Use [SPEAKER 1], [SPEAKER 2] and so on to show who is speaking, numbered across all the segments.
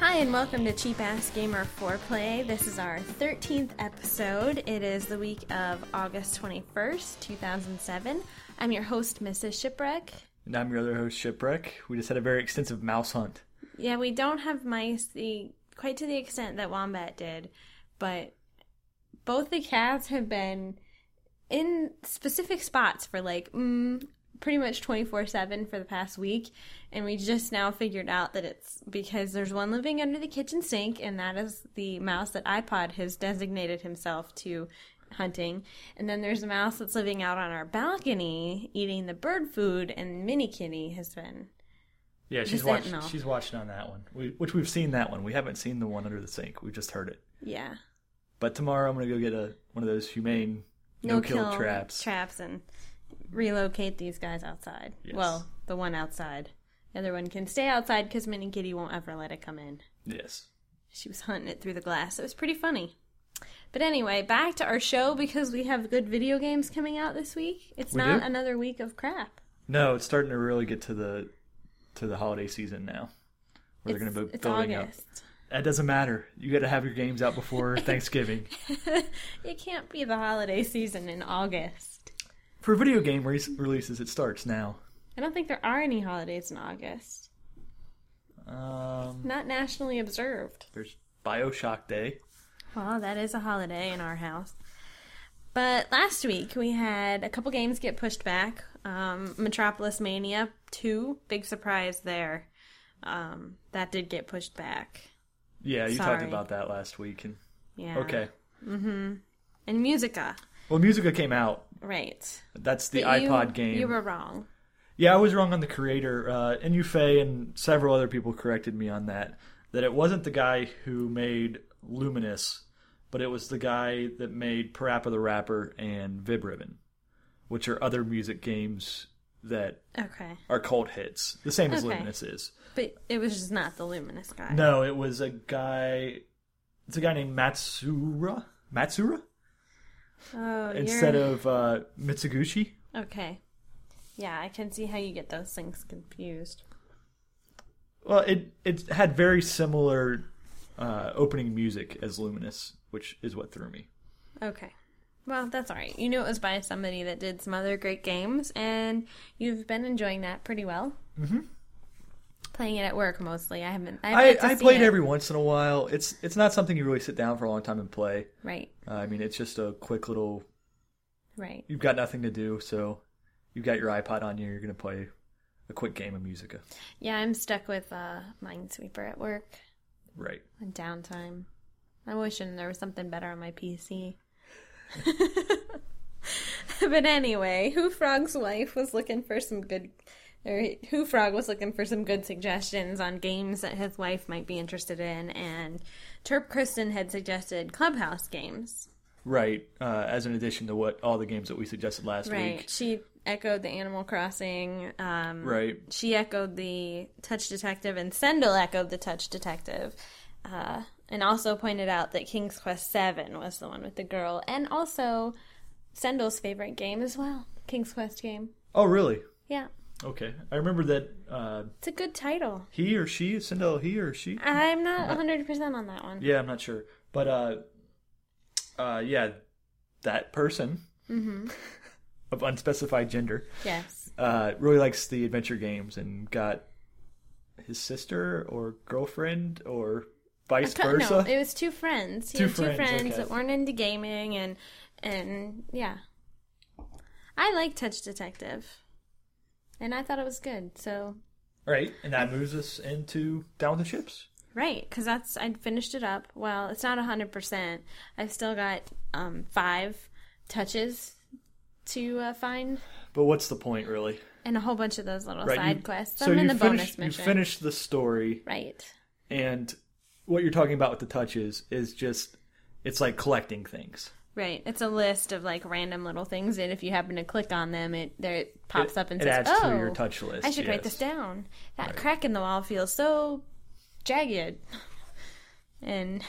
[SPEAKER 1] Hi, and welcome to Cheap Ass Gamer Foreplay. This is our 13th episode. It is the week of August 21st, 2007. I'm your host, Mrs. Shipwreck.
[SPEAKER 2] And I'm your other host, Shipwreck. We just had a very extensive mouse hunt.
[SPEAKER 1] Yeah, we don't have mice the, quite to the extent that Wombat did, but both the cats have been in specific spots for like mm, pretty much 24 7 for the past week. And we just now figured out that it's because there's one living under the kitchen sink, and that is the mouse that iPod has designated himself to hunting. And then there's a mouse that's living out on our balcony eating the bird food, and Mini Kitty has been.
[SPEAKER 2] Yeah, she's
[SPEAKER 1] The
[SPEAKER 2] watching.
[SPEAKER 1] Sentinel.
[SPEAKER 2] She's watching on that one, we, which we've seen that one. We haven't seen the one under the sink. We've just heard it.
[SPEAKER 1] Yeah.
[SPEAKER 2] But tomorrow I'm gonna go get a one of those humane no, kill, traps.
[SPEAKER 1] traps and relocate these guys outside.
[SPEAKER 2] Yes.
[SPEAKER 1] Well, the one outside. The other one can stay outside because Minnie Kitty won't ever let it come in.
[SPEAKER 2] yes.
[SPEAKER 1] She was hunting it through the glass. It was pretty funny. But anyway, back to our show because we have good video games coming out this week. It's
[SPEAKER 2] We
[SPEAKER 1] not
[SPEAKER 2] do?
[SPEAKER 1] another week of crap.
[SPEAKER 2] No, it's starting to really get to the to the holiday season now, where they're
[SPEAKER 1] it's,
[SPEAKER 2] gonna be
[SPEAKER 1] it's
[SPEAKER 2] building up.
[SPEAKER 1] August.
[SPEAKER 2] That doesn't matter. You got to have your games out before Thanksgiving.
[SPEAKER 1] It can't be the holiday season in August.
[SPEAKER 2] For video game re- releases, it starts now.
[SPEAKER 1] I don't think there are any holidays in August.
[SPEAKER 2] Um,
[SPEAKER 1] Not nationally observed.
[SPEAKER 2] there's Bioshock Day.
[SPEAKER 1] Well, that is a holiday in our house. But last week we had a couple games get pushed back. Um, Metropolis Mania 2, big surprise there. Um, that did get pushed back.
[SPEAKER 2] Yeah, you talked
[SPEAKER 1] Sorry.
[SPEAKER 2] about that last week. And
[SPEAKER 1] Yeah.
[SPEAKER 2] okay,
[SPEAKER 1] And Musica.
[SPEAKER 2] well, Musica came out.
[SPEAKER 1] Right.
[SPEAKER 2] That's the
[SPEAKER 1] But you-
[SPEAKER 2] iPod game.
[SPEAKER 1] You were wrong.
[SPEAKER 2] Yeah, I was wrong on the creator. Uh, Inufei and several other people corrected me on that. That it wasn't the guy who made Luminous, but it was the guy that made Parappa the Rapper and Vib Ribbon, which are other music games that
[SPEAKER 1] Okay.
[SPEAKER 2] are cult hits, the same as
[SPEAKER 1] Okay.
[SPEAKER 2] Luminous is.
[SPEAKER 1] But it was just not the Luminous guy.
[SPEAKER 2] No, it was a guy. It's a guy named Matsura. Matsura
[SPEAKER 1] Oh,
[SPEAKER 2] instead
[SPEAKER 1] you're...
[SPEAKER 2] of uh, Mitsuguchi.
[SPEAKER 1] Okay. Yeah, I can see how you get those things confused.
[SPEAKER 2] Well, it it had very similar uh, opening music as Luminous, which is what threw me.
[SPEAKER 1] Okay. Well, that's all right. You knew it was by somebody that did some other great games, and you've been enjoying that pretty well. Mm-hmm. Playing it at work mostly. I haven't. I've
[SPEAKER 2] I,
[SPEAKER 1] yet to
[SPEAKER 2] I
[SPEAKER 1] see
[SPEAKER 2] played
[SPEAKER 1] it.
[SPEAKER 2] every once in a while. It's it's not something you really sit down for a long time and play.
[SPEAKER 1] Right.
[SPEAKER 2] Uh, I mean, it's just a quick little.
[SPEAKER 1] Right.
[SPEAKER 2] You've got nothing to do, so you've got your iPod on you. You're gonna play a quick game of Musica,
[SPEAKER 1] Yeah, I'm stuck with uh, Minesweeper at work
[SPEAKER 2] right?
[SPEAKER 1] on downtime. I'm wishing there was something better on my PC. but anyway, Who Frog's wife was looking for some good, or Who Frog was looking for some good suggestions on games that his wife might be interested in, and Terp Kristen had suggested Clubhouse games.
[SPEAKER 2] Right. Uh, as an addition to what all the games that we suggested last
[SPEAKER 1] Right.
[SPEAKER 2] week.
[SPEAKER 1] She echoed the Animal Crossing. Um,
[SPEAKER 2] Right.
[SPEAKER 1] She echoed the Touch Detective, and Sendel echoed the Touch Detective. Uh, and also pointed out that King's Quest VII was the one with the girl, and also Sendel's favorite game as well, King's Quest game.
[SPEAKER 2] Oh, really?
[SPEAKER 1] Yeah,
[SPEAKER 2] Okay. I remember that uh,
[SPEAKER 1] it's a good title.
[SPEAKER 2] he or she, Sindel, he or she.
[SPEAKER 1] I'm not 100% on that one.
[SPEAKER 2] Yeah, I'm not sure, but uh, uh, yeah, that person
[SPEAKER 1] Mm-hmm.
[SPEAKER 2] of unspecified gender
[SPEAKER 1] Yes.
[SPEAKER 2] uh, really likes the adventure games and got his sister or girlfriend or vice
[SPEAKER 1] Co- No,
[SPEAKER 2] versa.
[SPEAKER 1] it was two friends. He
[SPEAKER 2] Two
[SPEAKER 1] had two friends,
[SPEAKER 2] friends, okay.
[SPEAKER 1] that weren't into gaming, and and yeah, I like Touch Detective, and I thought it was good. So
[SPEAKER 2] right, and that moves us into down with the ships.
[SPEAKER 1] right, because that's I finished it up. Well, it's not hundred percent. I've still got um, five touches to uh, find,
[SPEAKER 2] But what's the point, really?
[SPEAKER 1] and a whole bunch of those little
[SPEAKER 2] Right,
[SPEAKER 1] side
[SPEAKER 2] you-
[SPEAKER 1] quests.
[SPEAKER 2] so
[SPEAKER 1] I'm in
[SPEAKER 2] you
[SPEAKER 1] the
[SPEAKER 2] finish-
[SPEAKER 1] bonus mission.
[SPEAKER 2] You finish the story.
[SPEAKER 1] Right.
[SPEAKER 2] and what you're talking about with the touches is just it's like collecting things
[SPEAKER 1] Right, it's a list of like random little things, and if you happen to click on them, it there it pops
[SPEAKER 2] It-
[SPEAKER 1] up and
[SPEAKER 2] it
[SPEAKER 1] says,
[SPEAKER 2] adds
[SPEAKER 1] "Oh,
[SPEAKER 2] to your touch list
[SPEAKER 1] I should write
[SPEAKER 2] yes.
[SPEAKER 1] this down. That crack in the wall feels so jagged. And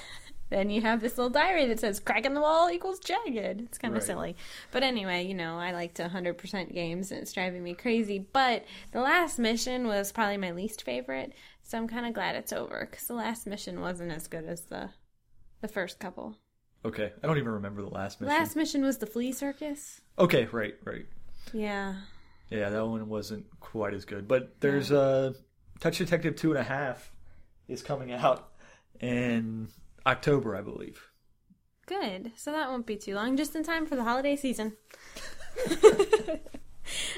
[SPEAKER 1] then you have this little diary that says crack in the wall equals jagged. It's kind of
[SPEAKER 2] Right.
[SPEAKER 1] silly. But anyway, you know, I like to 100% games and it's driving me crazy. But the last mission was probably my least favorite. So I'm kind of glad it's over because the last mission wasn't as good as the the first couple.
[SPEAKER 2] Okay, I don't even remember the last mission.
[SPEAKER 1] Last mission was the flea circus.
[SPEAKER 2] Okay, right, right.
[SPEAKER 1] Yeah.
[SPEAKER 2] Yeah, that one wasn't quite as good. But there's uh, Touch Detective two and a half is coming out in October, I believe.
[SPEAKER 1] Good. So that won't be too long, just in time for the holiday season.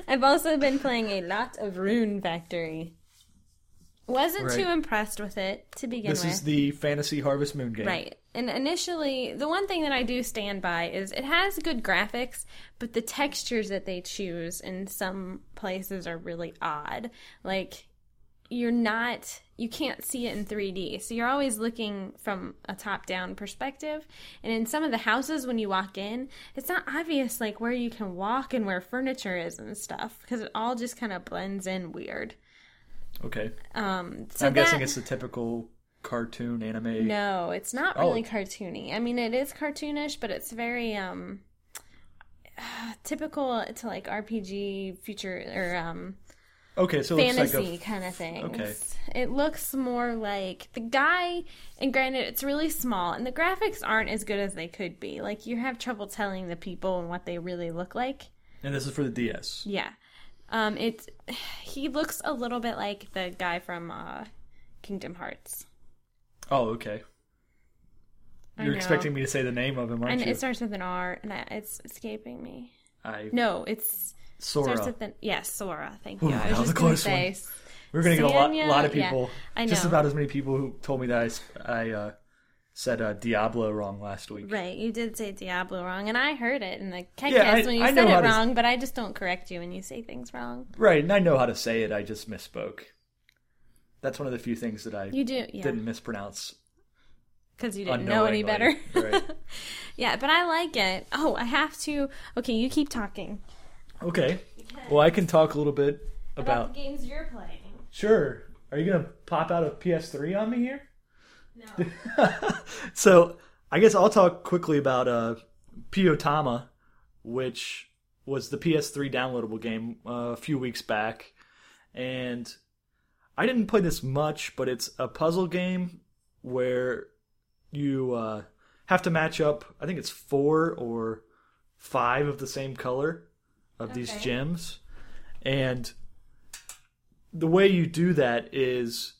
[SPEAKER 1] I've also been playing a lot of Rune Factory. Wasn't too
[SPEAKER 2] Right.
[SPEAKER 1] impressed with it to begin
[SPEAKER 2] This
[SPEAKER 1] with.
[SPEAKER 2] is the Fantasy Harvest Moon game.
[SPEAKER 1] Right. And initially, the one thing that I do stand by is it has good graphics, but the textures that they choose in some places are really odd. Like, you're not, you can't see it in 3D. So you're always looking from a top down perspective. And in some of the houses, when you walk in, it's not obvious, like, where you can walk and where furniture is and stuff, because it all just kind of blends in weird.
[SPEAKER 2] Okay.
[SPEAKER 1] Um, so
[SPEAKER 2] I'm guessing
[SPEAKER 1] that-
[SPEAKER 2] it's the typical cartoon anime.
[SPEAKER 1] No, it's not
[SPEAKER 2] Oh.
[SPEAKER 1] really cartoony. I mean, it is cartoonish, but it's very um typical to like RPG future or um
[SPEAKER 2] Okay, so it looks
[SPEAKER 1] fantasy
[SPEAKER 2] like a
[SPEAKER 1] kind of thing.
[SPEAKER 2] okay.
[SPEAKER 1] It looks more like the guy and granted it's really small and the graphics aren't as good as they could be. Like you have trouble telling the people and what they really look like.
[SPEAKER 2] and this is for the DS.
[SPEAKER 1] Yeah. Um it's he looks a little bit like the guy from uh Kingdom Hearts.
[SPEAKER 2] Oh, okay.
[SPEAKER 1] I
[SPEAKER 2] You're
[SPEAKER 1] know.
[SPEAKER 2] expecting me to say the name of him, aren't
[SPEAKER 1] And
[SPEAKER 2] you?
[SPEAKER 1] it starts with an R, and I, it's escaping me.
[SPEAKER 2] I
[SPEAKER 1] No, it's
[SPEAKER 2] Sora.
[SPEAKER 1] starts with an yeah, Sora. Thank
[SPEAKER 2] Ooh,
[SPEAKER 1] you. I
[SPEAKER 2] that
[SPEAKER 1] was,
[SPEAKER 2] was a
[SPEAKER 1] just going to
[SPEAKER 2] close
[SPEAKER 1] say.
[SPEAKER 2] one. We're gonna get a lot,
[SPEAKER 1] Sanya,
[SPEAKER 2] lot of
[SPEAKER 1] yeah,
[SPEAKER 2] people.
[SPEAKER 1] I
[SPEAKER 2] Just
[SPEAKER 1] know.
[SPEAKER 2] about as many people who told me that I s- I, uh, said uh, Diablo wrong last week.
[SPEAKER 1] Right, you did say Diablo wrong, and I heard it in the podcast
[SPEAKER 2] Yeah, I-
[SPEAKER 1] when you
[SPEAKER 2] I
[SPEAKER 1] said
[SPEAKER 2] know how
[SPEAKER 1] it
[SPEAKER 2] to s-
[SPEAKER 1] wrong. But I just don't correct you when you say things wrong.
[SPEAKER 2] Right, and I know how to say it. I just misspoke. That's one of the few things that I
[SPEAKER 1] You do, yeah,
[SPEAKER 2] didn't mispronounce.
[SPEAKER 1] because you didn't know any better.
[SPEAKER 2] unknowingly. right.
[SPEAKER 1] yeah, but I like it. Oh, I have to. Okay, you keep talking
[SPEAKER 2] Okay. Well, I can talk a little bit
[SPEAKER 1] about
[SPEAKER 2] about.
[SPEAKER 1] the games you're playing.
[SPEAKER 2] Sure. Are you gonna pop out a PS3 on me here?
[SPEAKER 1] No,
[SPEAKER 2] So I guess I'll talk quickly about uh, Piotama, which was the PS3 downloadable game uh, a few weeks back, and I didn't play this much, but it's a puzzle game where you uh, have to match up. I think it's four or five of the same color of these
[SPEAKER 1] Okay.
[SPEAKER 2] gems, and the way you do that is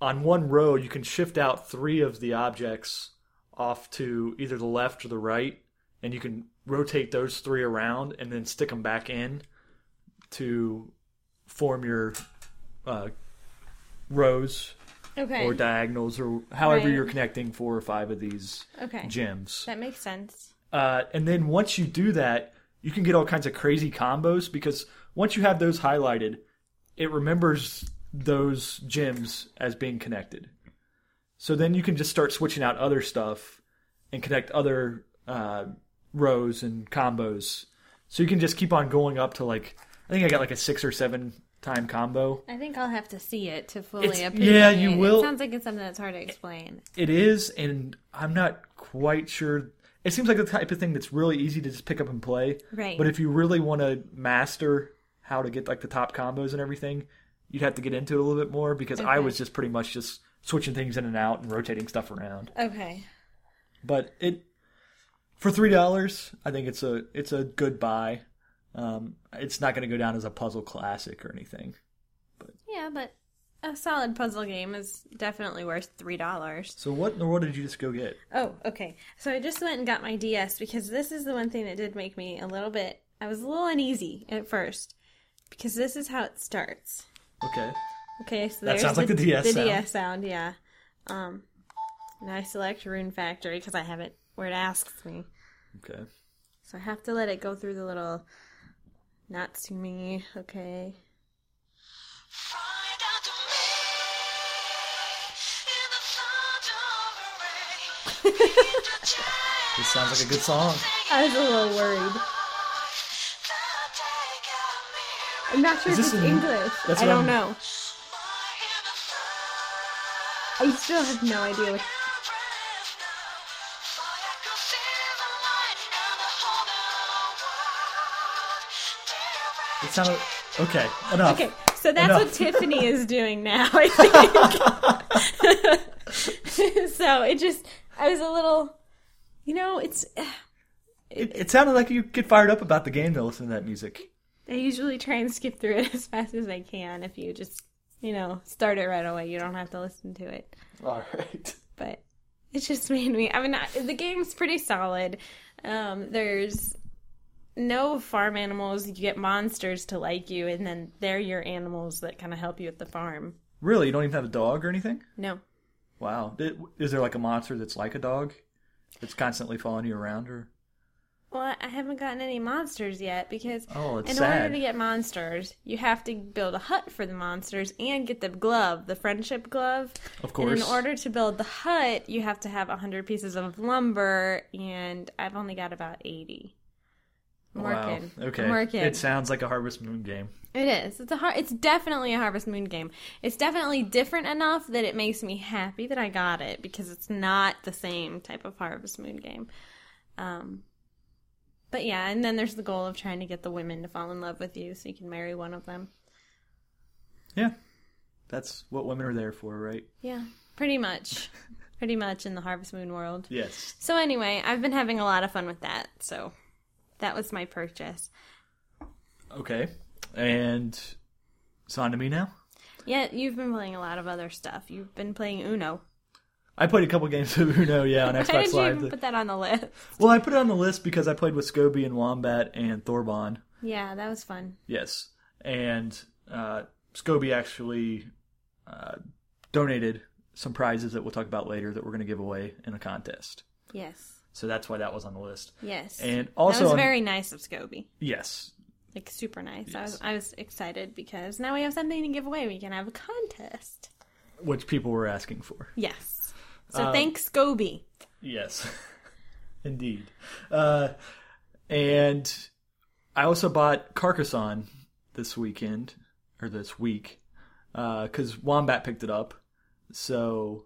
[SPEAKER 2] on one row you can shift out three of the objects off to either the left or the right and you can rotate those three around and then stick them back in to form your uh, rows
[SPEAKER 1] okay,
[SPEAKER 2] or diagonals or however
[SPEAKER 1] Right.
[SPEAKER 2] you're connecting four or five of these
[SPEAKER 1] okay,
[SPEAKER 2] gems
[SPEAKER 1] that makes sense.
[SPEAKER 2] uh, and then once you do that, you can get all kinds of crazy combos because once you have those highlighted, it remembers those gems as being connected. So then you can just start switching out other stuff and connect other uh, rows and combos. So you can just keep on going up to like I think I got like a six or seven time combo.
[SPEAKER 1] I think I'll have to see it to fully
[SPEAKER 2] It's-
[SPEAKER 1] appreciate.
[SPEAKER 2] yeah, you
[SPEAKER 1] it.
[SPEAKER 2] will-
[SPEAKER 1] It sounds like it's something that's hard to explain.
[SPEAKER 2] It is, and I'm not quite sure. It seems like the type of thing that's really easy to just pick up and play.
[SPEAKER 1] Right.
[SPEAKER 2] But if you really want to master how to get like the top combos and everything, you'd have to get into it a little bit more because I
[SPEAKER 1] Okay.
[SPEAKER 2] was just pretty much just switching things in and out and rotating stuff around.
[SPEAKER 1] Okay.
[SPEAKER 2] But it for three dollars, I think it's a it's a good buy. Um, it's not going to go down as a puzzle classic or anything.
[SPEAKER 1] Yeah, but a solid puzzle game is definitely worth three dollars.
[SPEAKER 2] So what in the world did you just go get?
[SPEAKER 1] Oh, okay. So I just went and got my DS because this is the one thing that did make me a little bit. I was a little uneasy at first because this is how it starts.
[SPEAKER 2] Okay,
[SPEAKER 1] Okay, so
[SPEAKER 2] That
[SPEAKER 1] there's
[SPEAKER 2] sounds like the DS
[SPEAKER 1] the
[SPEAKER 2] sound.
[SPEAKER 1] DS sound, yeah. Um, and I select Rune Factory because I have it where it asks me,
[SPEAKER 2] okay.
[SPEAKER 1] so I have to let it go through the little. Not to me, okay.
[SPEAKER 3] Find out to me in the sound of a ray. In the jam,
[SPEAKER 2] This sounds like a good song.
[SPEAKER 1] I was a little worried.
[SPEAKER 3] the day got me
[SPEAKER 1] I'm not sure
[SPEAKER 2] Is
[SPEAKER 1] if
[SPEAKER 2] this
[SPEAKER 1] it's
[SPEAKER 2] in-
[SPEAKER 1] English.
[SPEAKER 2] That's
[SPEAKER 1] I
[SPEAKER 2] what
[SPEAKER 1] don't
[SPEAKER 2] I'm-
[SPEAKER 1] know.
[SPEAKER 3] more in the sound
[SPEAKER 1] I still have no idea what.
[SPEAKER 3] of breath now. For I could see the light and the whole new
[SPEAKER 2] It
[SPEAKER 3] world.
[SPEAKER 2] sounded okay. Enough.
[SPEAKER 1] Okay, So that's
[SPEAKER 2] No.
[SPEAKER 1] what Tiffany is doing now, I think. so it just, I was a little, you know, it's.
[SPEAKER 2] It, it sounded like you get fired up about the game to listen to that music.
[SPEAKER 1] I usually try and skip through it as fast as I can. If you just, you know, start it right away, you don't have to listen to it.
[SPEAKER 2] All right.
[SPEAKER 1] But it just made me. I mean, I- the game's pretty solid. Um, there's no farm animals. You get monsters to like you, and then they're your animals that kind of help you at the farm.
[SPEAKER 2] Really, you don't even have a dog or anything?
[SPEAKER 1] No.
[SPEAKER 2] Wow. Th- Is there like a monster that's like a dog? That's constantly following you around or
[SPEAKER 1] Well, I haven't gotten any monsters yet because
[SPEAKER 2] Oh, it's
[SPEAKER 1] in
[SPEAKER 2] sad.
[SPEAKER 1] order to get monsters, you have to build a hut for the monsters and get the glove, the friendship glove.
[SPEAKER 2] Of
[SPEAKER 1] And in
[SPEAKER 2] course.
[SPEAKER 1] order to build the hut, you have to have 100 pieces of lumber, and I've only got about 80. I'm working.
[SPEAKER 2] Wow. Okay.
[SPEAKER 1] I'm working.
[SPEAKER 2] It sounds like a Harvest Moon game.
[SPEAKER 1] It is. It's a har- It's definitely a Harvest Moon game. It's definitely different enough that it makes me happy that I got it because it's not the same type of Harvest Moon game. Um, but yeah, and then there's the goal of trying to get the women to fall in love with you so you can marry one of them.
[SPEAKER 2] Yeah. That's what women are there for, right?
[SPEAKER 1] Yeah, pretty much, pretty much in the Harvest Moon world.
[SPEAKER 2] Yes.
[SPEAKER 1] So anyway, I've been having a lot of fun with that. So that was my purchase.
[SPEAKER 2] Okay. And it's on to me now.
[SPEAKER 1] Yeah, you've been playing a lot of other stuff. You've been playing Uno.
[SPEAKER 2] I played a couple games of Uno, yeah, on
[SPEAKER 1] Why
[SPEAKER 2] Xbox
[SPEAKER 1] did you
[SPEAKER 2] Live.
[SPEAKER 1] even put that on the list?
[SPEAKER 2] Well, I put it on the list because I played with Scobie and Wombat and Thorbon.
[SPEAKER 1] Yeah, that was fun.
[SPEAKER 2] Yes. And uh, Scobie actually uh, donated some prizes that we'll talk about later that we're going to give away in a contest.
[SPEAKER 1] Yes.
[SPEAKER 2] So that's why that was on the list.
[SPEAKER 1] Yes.
[SPEAKER 2] And also
[SPEAKER 1] that was
[SPEAKER 2] on-
[SPEAKER 1] very nice of Scobie.
[SPEAKER 2] Yes.
[SPEAKER 1] Like super nice. I
[SPEAKER 2] Yes.
[SPEAKER 1] was I was excited because now we have something to give away. We can have a contest.
[SPEAKER 2] Which people were asking for.
[SPEAKER 1] Yes. So
[SPEAKER 2] Uh,
[SPEAKER 1] thanks Scobie.
[SPEAKER 2] Yes, indeed. Uh, and I also bought Carcassonne this weekend or this week because Wombat picked it up, so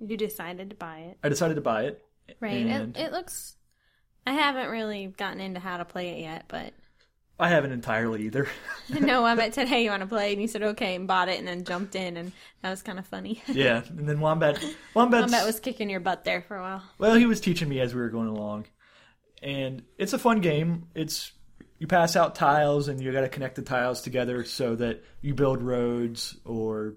[SPEAKER 1] You decided to buy it.
[SPEAKER 2] I decided to buy it.
[SPEAKER 1] Right.
[SPEAKER 2] and-
[SPEAKER 1] It, it looks I haven't really gotten into how to play it yet, but
[SPEAKER 2] I haven't entirely either.
[SPEAKER 1] no, I met said, Hey, you wanna play? And he said, Okay, and bought it and then jumped in and that was kinda funny.
[SPEAKER 2] yeah, and then Wombat, Wombat's,
[SPEAKER 1] Combat was kicking your butt there for a while.
[SPEAKER 2] well, he was teaching me as we were going along, and it's a fun game. It's you pass out tiles and you got to connect the tiles together so that you build roads or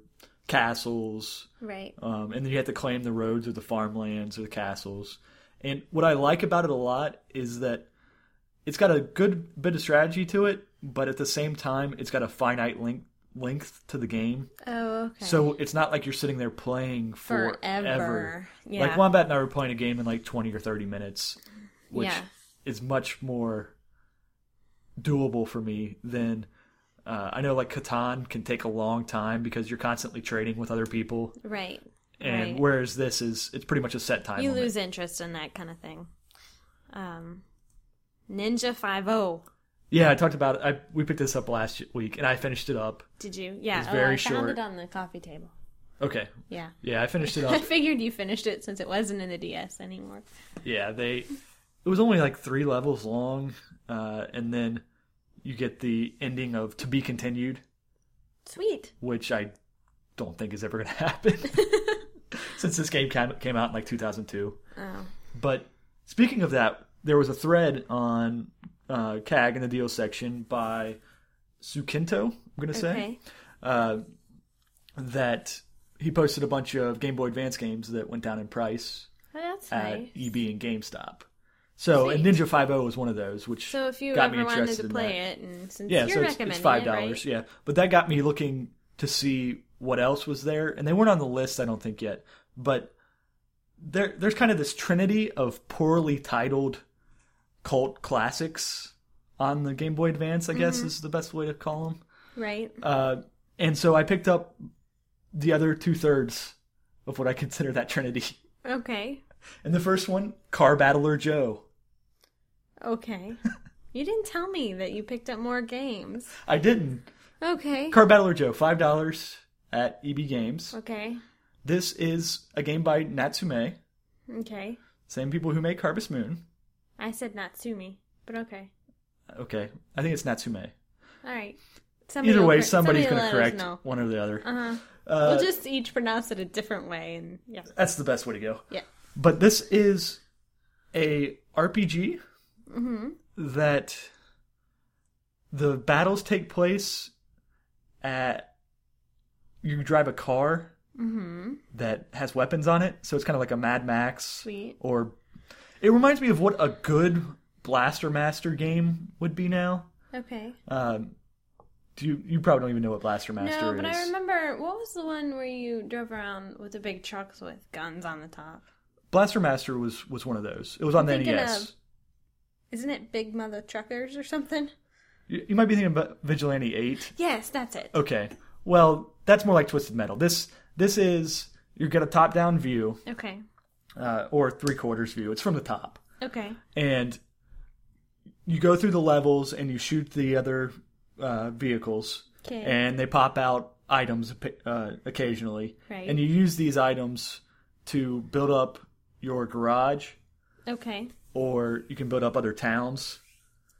[SPEAKER 2] castles
[SPEAKER 1] Right.
[SPEAKER 2] Um, and then you have to claim the roads or the farmlands or the castles. And what I like about it a lot is that it's got a good bit of strategy to it, but at the same time, it's got a finite length length to the game.
[SPEAKER 1] Oh, okay.
[SPEAKER 2] So it's not like you're sitting there playing forever.
[SPEAKER 1] Forever. Yeah.
[SPEAKER 2] Like Wombat and I were playing a game in like 20 or 30 minutes, which
[SPEAKER 1] Yeah.
[SPEAKER 2] is much more doable for me than. Uh, I know like Catan can take a long time because you're constantly trading with other people
[SPEAKER 1] right.
[SPEAKER 2] and
[SPEAKER 1] right.
[SPEAKER 2] whereas this is it's pretty much a set time
[SPEAKER 1] you
[SPEAKER 2] limit.
[SPEAKER 1] lose interest in that kind of thing. Um, Ninja Five oh. O.
[SPEAKER 2] yeah i talked about it I, we picked this up last week and i finished it up
[SPEAKER 1] Did you? Yeah,
[SPEAKER 2] It's
[SPEAKER 1] oh,
[SPEAKER 2] very
[SPEAKER 1] I found
[SPEAKER 2] short.
[SPEAKER 1] it on the coffee table.
[SPEAKER 2] okay
[SPEAKER 1] Yeah,
[SPEAKER 2] yeah i finished it
[SPEAKER 1] I
[SPEAKER 2] up
[SPEAKER 1] figured you finished it since it wasn't in the DS anymore.
[SPEAKER 2] yeah they it was only like three levels long uh, and then you get the ending of to be continued
[SPEAKER 1] Sweet.
[SPEAKER 2] which i don't think is ever going to happen since this game came came out in like 2002
[SPEAKER 1] Oh,
[SPEAKER 2] But speaking of that, there was a thread on uh, CAG in the deal section by Sukinto, I'm going to say,
[SPEAKER 1] okay.
[SPEAKER 2] uh, that he posted a bunch of Game Boy Advance games that went down in price
[SPEAKER 1] Well, that's
[SPEAKER 2] at
[SPEAKER 1] nice.
[SPEAKER 2] EB uh, E and GameStop. So, and
[SPEAKER 1] Sweet.
[SPEAKER 2] Ninja 5.0 was one of those, which
[SPEAKER 1] So if you
[SPEAKER 2] got me
[SPEAKER 1] ever wanted
[SPEAKER 2] interested
[SPEAKER 1] to
[SPEAKER 2] in that.
[SPEAKER 1] play it, and since
[SPEAKER 2] Yeah,
[SPEAKER 1] you're
[SPEAKER 2] so it's,
[SPEAKER 1] recommending
[SPEAKER 2] it's five
[SPEAKER 1] it, right?
[SPEAKER 2] dollars. Yeah, but that got me looking to see what else was there, and they weren't on the list, I don't think yet. But there, there's kind of this trinity of poorly titled cult classics on the Game Boy Advance. I guess
[SPEAKER 1] Mm-hmm.
[SPEAKER 2] is the best way to call them.
[SPEAKER 1] right?
[SPEAKER 2] Uh, and so I picked up the other two thirds of what I consider that trinity.
[SPEAKER 1] Okay,
[SPEAKER 2] And the first one, Car Battler Joe.
[SPEAKER 1] okay. you didn't tell me that you picked up more games.
[SPEAKER 2] I didn't.
[SPEAKER 1] Okay,
[SPEAKER 2] Car Battler Joe, five dollars at EB Games.
[SPEAKER 1] okay,
[SPEAKER 2] This is a game by Natsume,
[SPEAKER 1] okay.
[SPEAKER 2] same people who make Harvest Moon.
[SPEAKER 1] I said Natsumi, but okay.
[SPEAKER 2] Okay, I think it's Natsume.
[SPEAKER 1] All right. Somebody
[SPEAKER 2] Either
[SPEAKER 1] will
[SPEAKER 2] way,
[SPEAKER 1] cor- somebody
[SPEAKER 2] somebody's going to
[SPEAKER 1] will let us
[SPEAKER 2] correct
[SPEAKER 1] know.
[SPEAKER 2] one or the other.
[SPEAKER 1] Uh-huh.
[SPEAKER 2] Uh,
[SPEAKER 1] we'll just each pronounce it a different way, and yeah,
[SPEAKER 2] that's the best way to go.
[SPEAKER 1] yeah.
[SPEAKER 2] But this is a RPG
[SPEAKER 1] Mm-hmm.
[SPEAKER 2] that the battles take place at. You drive a car
[SPEAKER 1] Mm-hmm.
[SPEAKER 2] that has weapons on it, so it's kind of like a Mad Max.
[SPEAKER 1] Sweet.
[SPEAKER 2] Or it reminds me of what a good Blaster Master game would be now.
[SPEAKER 1] Okay.
[SPEAKER 2] Um, do you, you probably don't even know what Blaster Master
[SPEAKER 1] No,
[SPEAKER 2] is?
[SPEAKER 1] but I remember what was the one where you drove around with the big trucks with guns on the top?
[SPEAKER 2] Blaster Master was was one of those. It was on the E
[SPEAKER 1] thinking
[SPEAKER 2] NES.
[SPEAKER 1] of- Isn't it Big Mother Truckers or something?
[SPEAKER 2] You, you might be thinking about Vigilante Eight.
[SPEAKER 1] Yes, that's it.
[SPEAKER 2] Okay, well that's more like Twisted Metal. This this is you get a top down view
[SPEAKER 1] Okay.
[SPEAKER 2] uh, or three quarters view. It's from the top,
[SPEAKER 1] Okay.
[SPEAKER 2] and you go through the levels and you shoot the other uh, vehicles,
[SPEAKER 1] 'Kay.
[SPEAKER 2] and they pop out items uh, occasionally,
[SPEAKER 1] Right.
[SPEAKER 2] and you use these items to build up your garage.
[SPEAKER 1] Okay.
[SPEAKER 2] or you can build up other towns.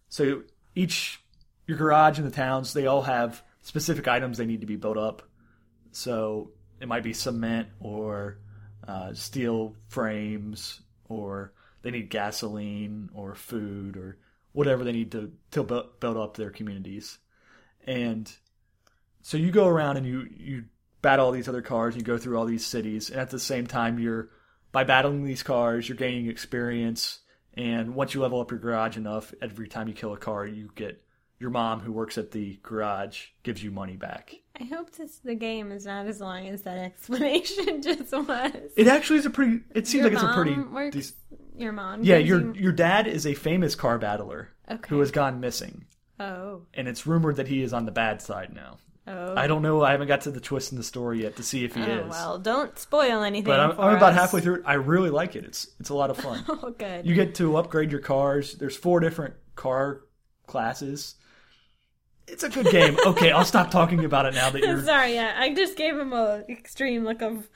[SPEAKER 2] So each your garage and the towns they all have specific items they need to be built up. So it might be cement or uh, steel frames, or they need gasoline or food or whatever they need to to bu- build up their communities. And so you go around and you you battle all these other cars and you go through all these cities and at the same time you're by battling these cars you're gaining experience and once you level up your garage enough every time you kill a car you get your mom who works at the garage gives you money back
[SPEAKER 1] I hope this the game is not as long as that explanation just was.
[SPEAKER 2] it actually is a pretty it seems
[SPEAKER 1] Your
[SPEAKER 2] like it's a pretty
[SPEAKER 1] mom works-
[SPEAKER 2] dec-
[SPEAKER 1] Your mom.
[SPEAKER 2] yeah
[SPEAKER 1] gives
[SPEAKER 2] your
[SPEAKER 1] you-
[SPEAKER 2] your dad is a famous car battler
[SPEAKER 1] Okay.
[SPEAKER 2] who has gone missing
[SPEAKER 1] Oh.
[SPEAKER 2] and it's rumored that he is on the bad side now
[SPEAKER 1] Oh.
[SPEAKER 2] i don't know i haven't got to the twist in the story yet to see if he
[SPEAKER 1] oh,
[SPEAKER 2] is
[SPEAKER 1] well, don't spoil anything.
[SPEAKER 2] But I'm,
[SPEAKER 1] for
[SPEAKER 2] I'm about
[SPEAKER 1] us.
[SPEAKER 2] halfway through it. I really like it. It's it's a lot of fun.
[SPEAKER 1] Oh, good.
[SPEAKER 2] you get to upgrade your cars. There's four different car classes. It's a good game. Okay, I'll stop talking about it now that you're
[SPEAKER 1] Sorry, yeah, I just gave him a extreme look of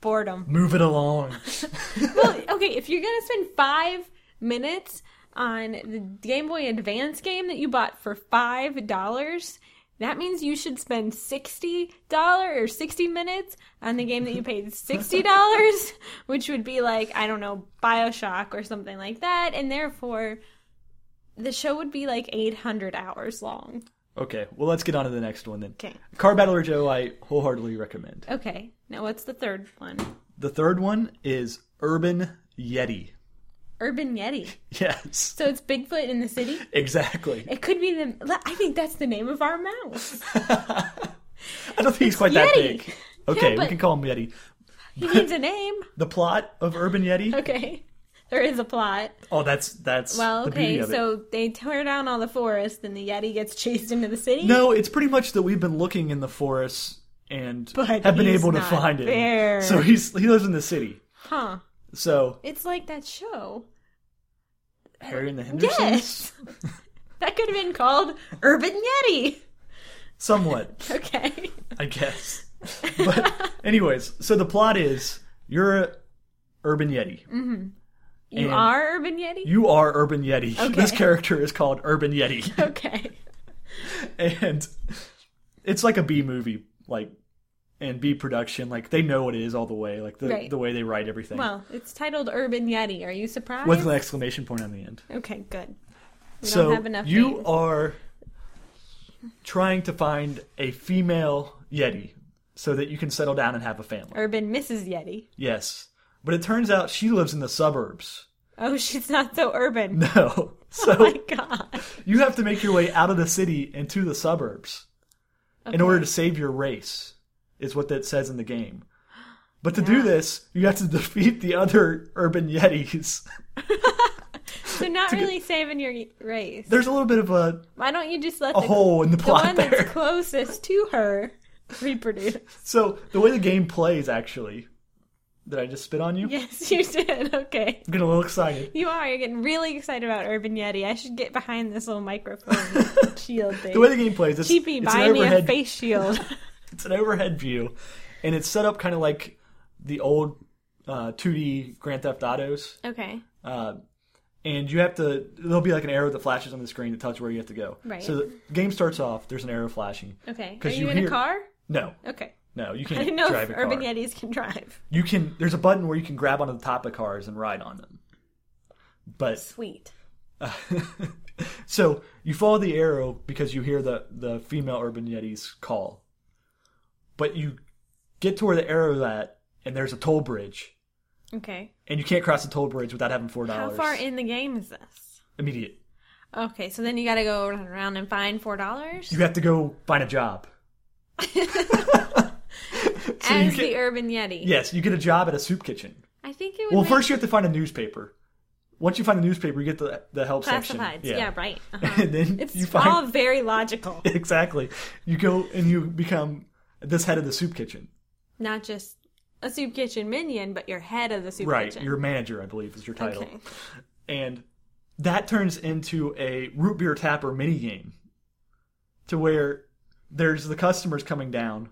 [SPEAKER 1] boredom.
[SPEAKER 2] moving along.
[SPEAKER 1] well, okay, if you're gonna spend five minutes on the Game Boy Advance game that you bought for five dollars, that means you should spend sixty dollar or sixty minutes on the game that you paid sixty dollars, which would be like I don't know Bioshock or something like that, and therefore. The show would be like 800 hours long.
[SPEAKER 2] Okay, well let's get on to the next one then.
[SPEAKER 1] Okay.
[SPEAKER 2] Car Battler Joe, I wholeheartedly recommend.
[SPEAKER 1] Okay. Now, what's the third one?
[SPEAKER 2] The third one is Urban Yeti.
[SPEAKER 1] Urban Yeti.
[SPEAKER 2] Yes,
[SPEAKER 1] So it's Bigfoot in the city.
[SPEAKER 2] exactly.
[SPEAKER 1] It could be the. I think that's the name of our mouse.
[SPEAKER 2] I don't think he's quite that
[SPEAKER 1] Yeti.
[SPEAKER 2] big. Okay, we
[SPEAKER 1] but-
[SPEAKER 2] can call him Yeti.
[SPEAKER 1] He needs a name.
[SPEAKER 2] The plot of Urban Yeti.
[SPEAKER 1] Okay, there is a plot.
[SPEAKER 2] Oh, that's that's
[SPEAKER 1] Well,
[SPEAKER 2] the beauty
[SPEAKER 1] okay,
[SPEAKER 2] of it.
[SPEAKER 1] so they tear down all the forest, and the Yeti gets chased into the city.
[SPEAKER 2] No, it's pretty much that we've been looking in the forests and
[SPEAKER 1] But
[SPEAKER 2] have been
[SPEAKER 1] he's
[SPEAKER 2] able to
[SPEAKER 1] not
[SPEAKER 2] find
[SPEAKER 1] there.
[SPEAKER 2] it. So he's he lives in the city.
[SPEAKER 1] huh?
[SPEAKER 2] So
[SPEAKER 1] It's like that show.
[SPEAKER 2] Harry and the Hendersons,
[SPEAKER 1] Yes, that could have been called Urban Yeti.
[SPEAKER 2] somewhat,
[SPEAKER 1] Okay,
[SPEAKER 2] I guess. But anyways, so the plot is you're a urban yeti.
[SPEAKER 1] Mm-hmm. you
[SPEAKER 2] And-
[SPEAKER 1] are Urban Yeti.
[SPEAKER 2] You are urban yeti.
[SPEAKER 1] Okay.
[SPEAKER 2] This character is called Urban Yeti,
[SPEAKER 1] okay,
[SPEAKER 2] and it's like a B movie, like and B production. Like they know what it is all the way, like the
[SPEAKER 1] Right.
[SPEAKER 2] the way they write everything
[SPEAKER 1] well, it's titled Urban Yeti. Are you surprised?
[SPEAKER 2] with an exclamation point on the end.
[SPEAKER 1] okay, good. We
[SPEAKER 2] so
[SPEAKER 1] don't have enough.
[SPEAKER 2] you
[SPEAKER 1] names.
[SPEAKER 2] are trying to find a female yeti so that you can settle down and have a family
[SPEAKER 1] Urban Mrs. Yeti.
[SPEAKER 2] yes but it turns out she lives in the suburbs
[SPEAKER 1] Oh, she's not so urban.
[SPEAKER 2] no so
[SPEAKER 1] Oh my god.
[SPEAKER 2] you have to make your way out of the city and to the suburbs in order to save your race is what that says in the game but to do this you have to defeat the other urban yetis
[SPEAKER 1] So not really saving your race.
[SPEAKER 2] there's a little bit of a,
[SPEAKER 1] Why don't you just let
[SPEAKER 2] a
[SPEAKER 1] the,
[SPEAKER 2] hole in the
[SPEAKER 1] the one
[SPEAKER 2] plot there
[SPEAKER 1] that's closest to her reproduce?
[SPEAKER 2] so the way the game plays actually did i just spit on you
[SPEAKER 1] Yes, you did. Okay.
[SPEAKER 2] I'm getting a little excited.
[SPEAKER 1] You are. You're getting really excited about Urban Yeti. I should get behind this little microphone shield thing.
[SPEAKER 2] The way the game plays, it's,
[SPEAKER 1] Cheapy,
[SPEAKER 2] it's
[SPEAKER 1] buy
[SPEAKER 2] an
[SPEAKER 1] me a
[SPEAKER 2] overhead,
[SPEAKER 1] face shield.
[SPEAKER 2] it's an overhead view, and it's set up kind of like the old uh, 2D Grand Theft Autos,
[SPEAKER 1] okay.
[SPEAKER 2] uh, and you have to. There'll be like an arrow that flashes on the screen that tells you where you have to go.
[SPEAKER 1] Right.
[SPEAKER 2] So the game starts off. There's an arrow flashing.
[SPEAKER 1] Okay. Are
[SPEAKER 2] 'Cause
[SPEAKER 1] you,
[SPEAKER 2] you
[SPEAKER 1] in
[SPEAKER 2] hear-
[SPEAKER 1] a car?
[SPEAKER 2] No,
[SPEAKER 1] Okay.
[SPEAKER 2] no, you
[SPEAKER 1] I
[SPEAKER 2] can't
[SPEAKER 1] didn't know if
[SPEAKER 2] drive a car.
[SPEAKER 1] urban yetis can drive.
[SPEAKER 2] You can. There's a button where you can grab onto the top of cars and ride on them. But
[SPEAKER 1] Sweet.
[SPEAKER 2] so you follow the arrow because you hear the the female urban yeti's call. But you get to where the arrow's at, and there's a toll bridge,
[SPEAKER 1] Okay.
[SPEAKER 2] and you can't cross the toll bridge without having four
[SPEAKER 1] How
[SPEAKER 2] dollars.
[SPEAKER 1] far in the game is this?
[SPEAKER 2] Immediate.
[SPEAKER 1] Okay, so then you gotta go around and find four dollars
[SPEAKER 2] You have to go find a job. so you
[SPEAKER 1] as
[SPEAKER 2] get-
[SPEAKER 1] the urban yeti.
[SPEAKER 2] Yes, you get a job at a soup kitchen.
[SPEAKER 1] I think it would.
[SPEAKER 2] Well,
[SPEAKER 1] make-
[SPEAKER 2] first you have to find a newspaper. Once you find the newspaper, you get the the help
[SPEAKER 1] classifieds.
[SPEAKER 2] section.
[SPEAKER 1] Yeah, right. Uh-huh.
[SPEAKER 2] and then
[SPEAKER 1] It's
[SPEAKER 2] you find
[SPEAKER 1] all very logical,
[SPEAKER 2] exactly. You go and you become this head of the soup kitchen.
[SPEAKER 1] not just a soup kitchen minion, but your head of the soup
[SPEAKER 2] right,
[SPEAKER 1] kitchen.
[SPEAKER 2] your manager, I believe, is your title.
[SPEAKER 1] okay.
[SPEAKER 2] and that turns into a root beer tapper mini game to where there's the customers coming down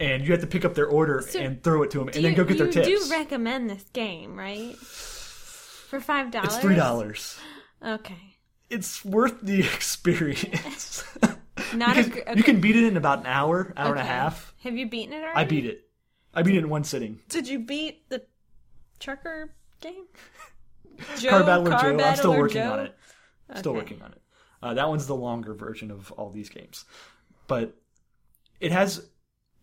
[SPEAKER 2] and you have to pick up their order
[SPEAKER 1] So
[SPEAKER 2] and throw it to them and
[SPEAKER 1] Do
[SPEAKER 2] then
[SPEAKER 1] you-
[SPEAKER 2] go get their
[SPEAKER 1] you
[SPEAKER 2] tips
[SPEAKER 1] do recommend this game, right? For five dollars.
[SPEAKER 2] it's three dollars
[SPEAKER 1] Okay.
[SPEAKER 2] it's worth the experience
[SPEAKER 1] Not a.
[SPEAKER 2] Because
[SPEAKER 1] gr-
[SPEAKER 2] you
[SPEAKER 1] okay.
[SPEAKER 2] can beat it in about an hour hour and a
[SPEAKER 1] Okay.
[SPEAKER 2] half
[SPEAKER 1] Have you beaten it already?
[SPEAKER 2] i beat it i beat it in one sitting
[SPEAKER 1] Did you beat the trucker game? Joe,
[SPEAKER 2] car battler joe i'm still
[SPEAKER 1] Battler
[SPEAKER 2] working on
[SPEAKER 1] Joe?
[SPEAKER 2] it still
[SPEAKER 1] Okay.
[SPEAKER 2] working on it uh, that one's the longer version of all these games but it has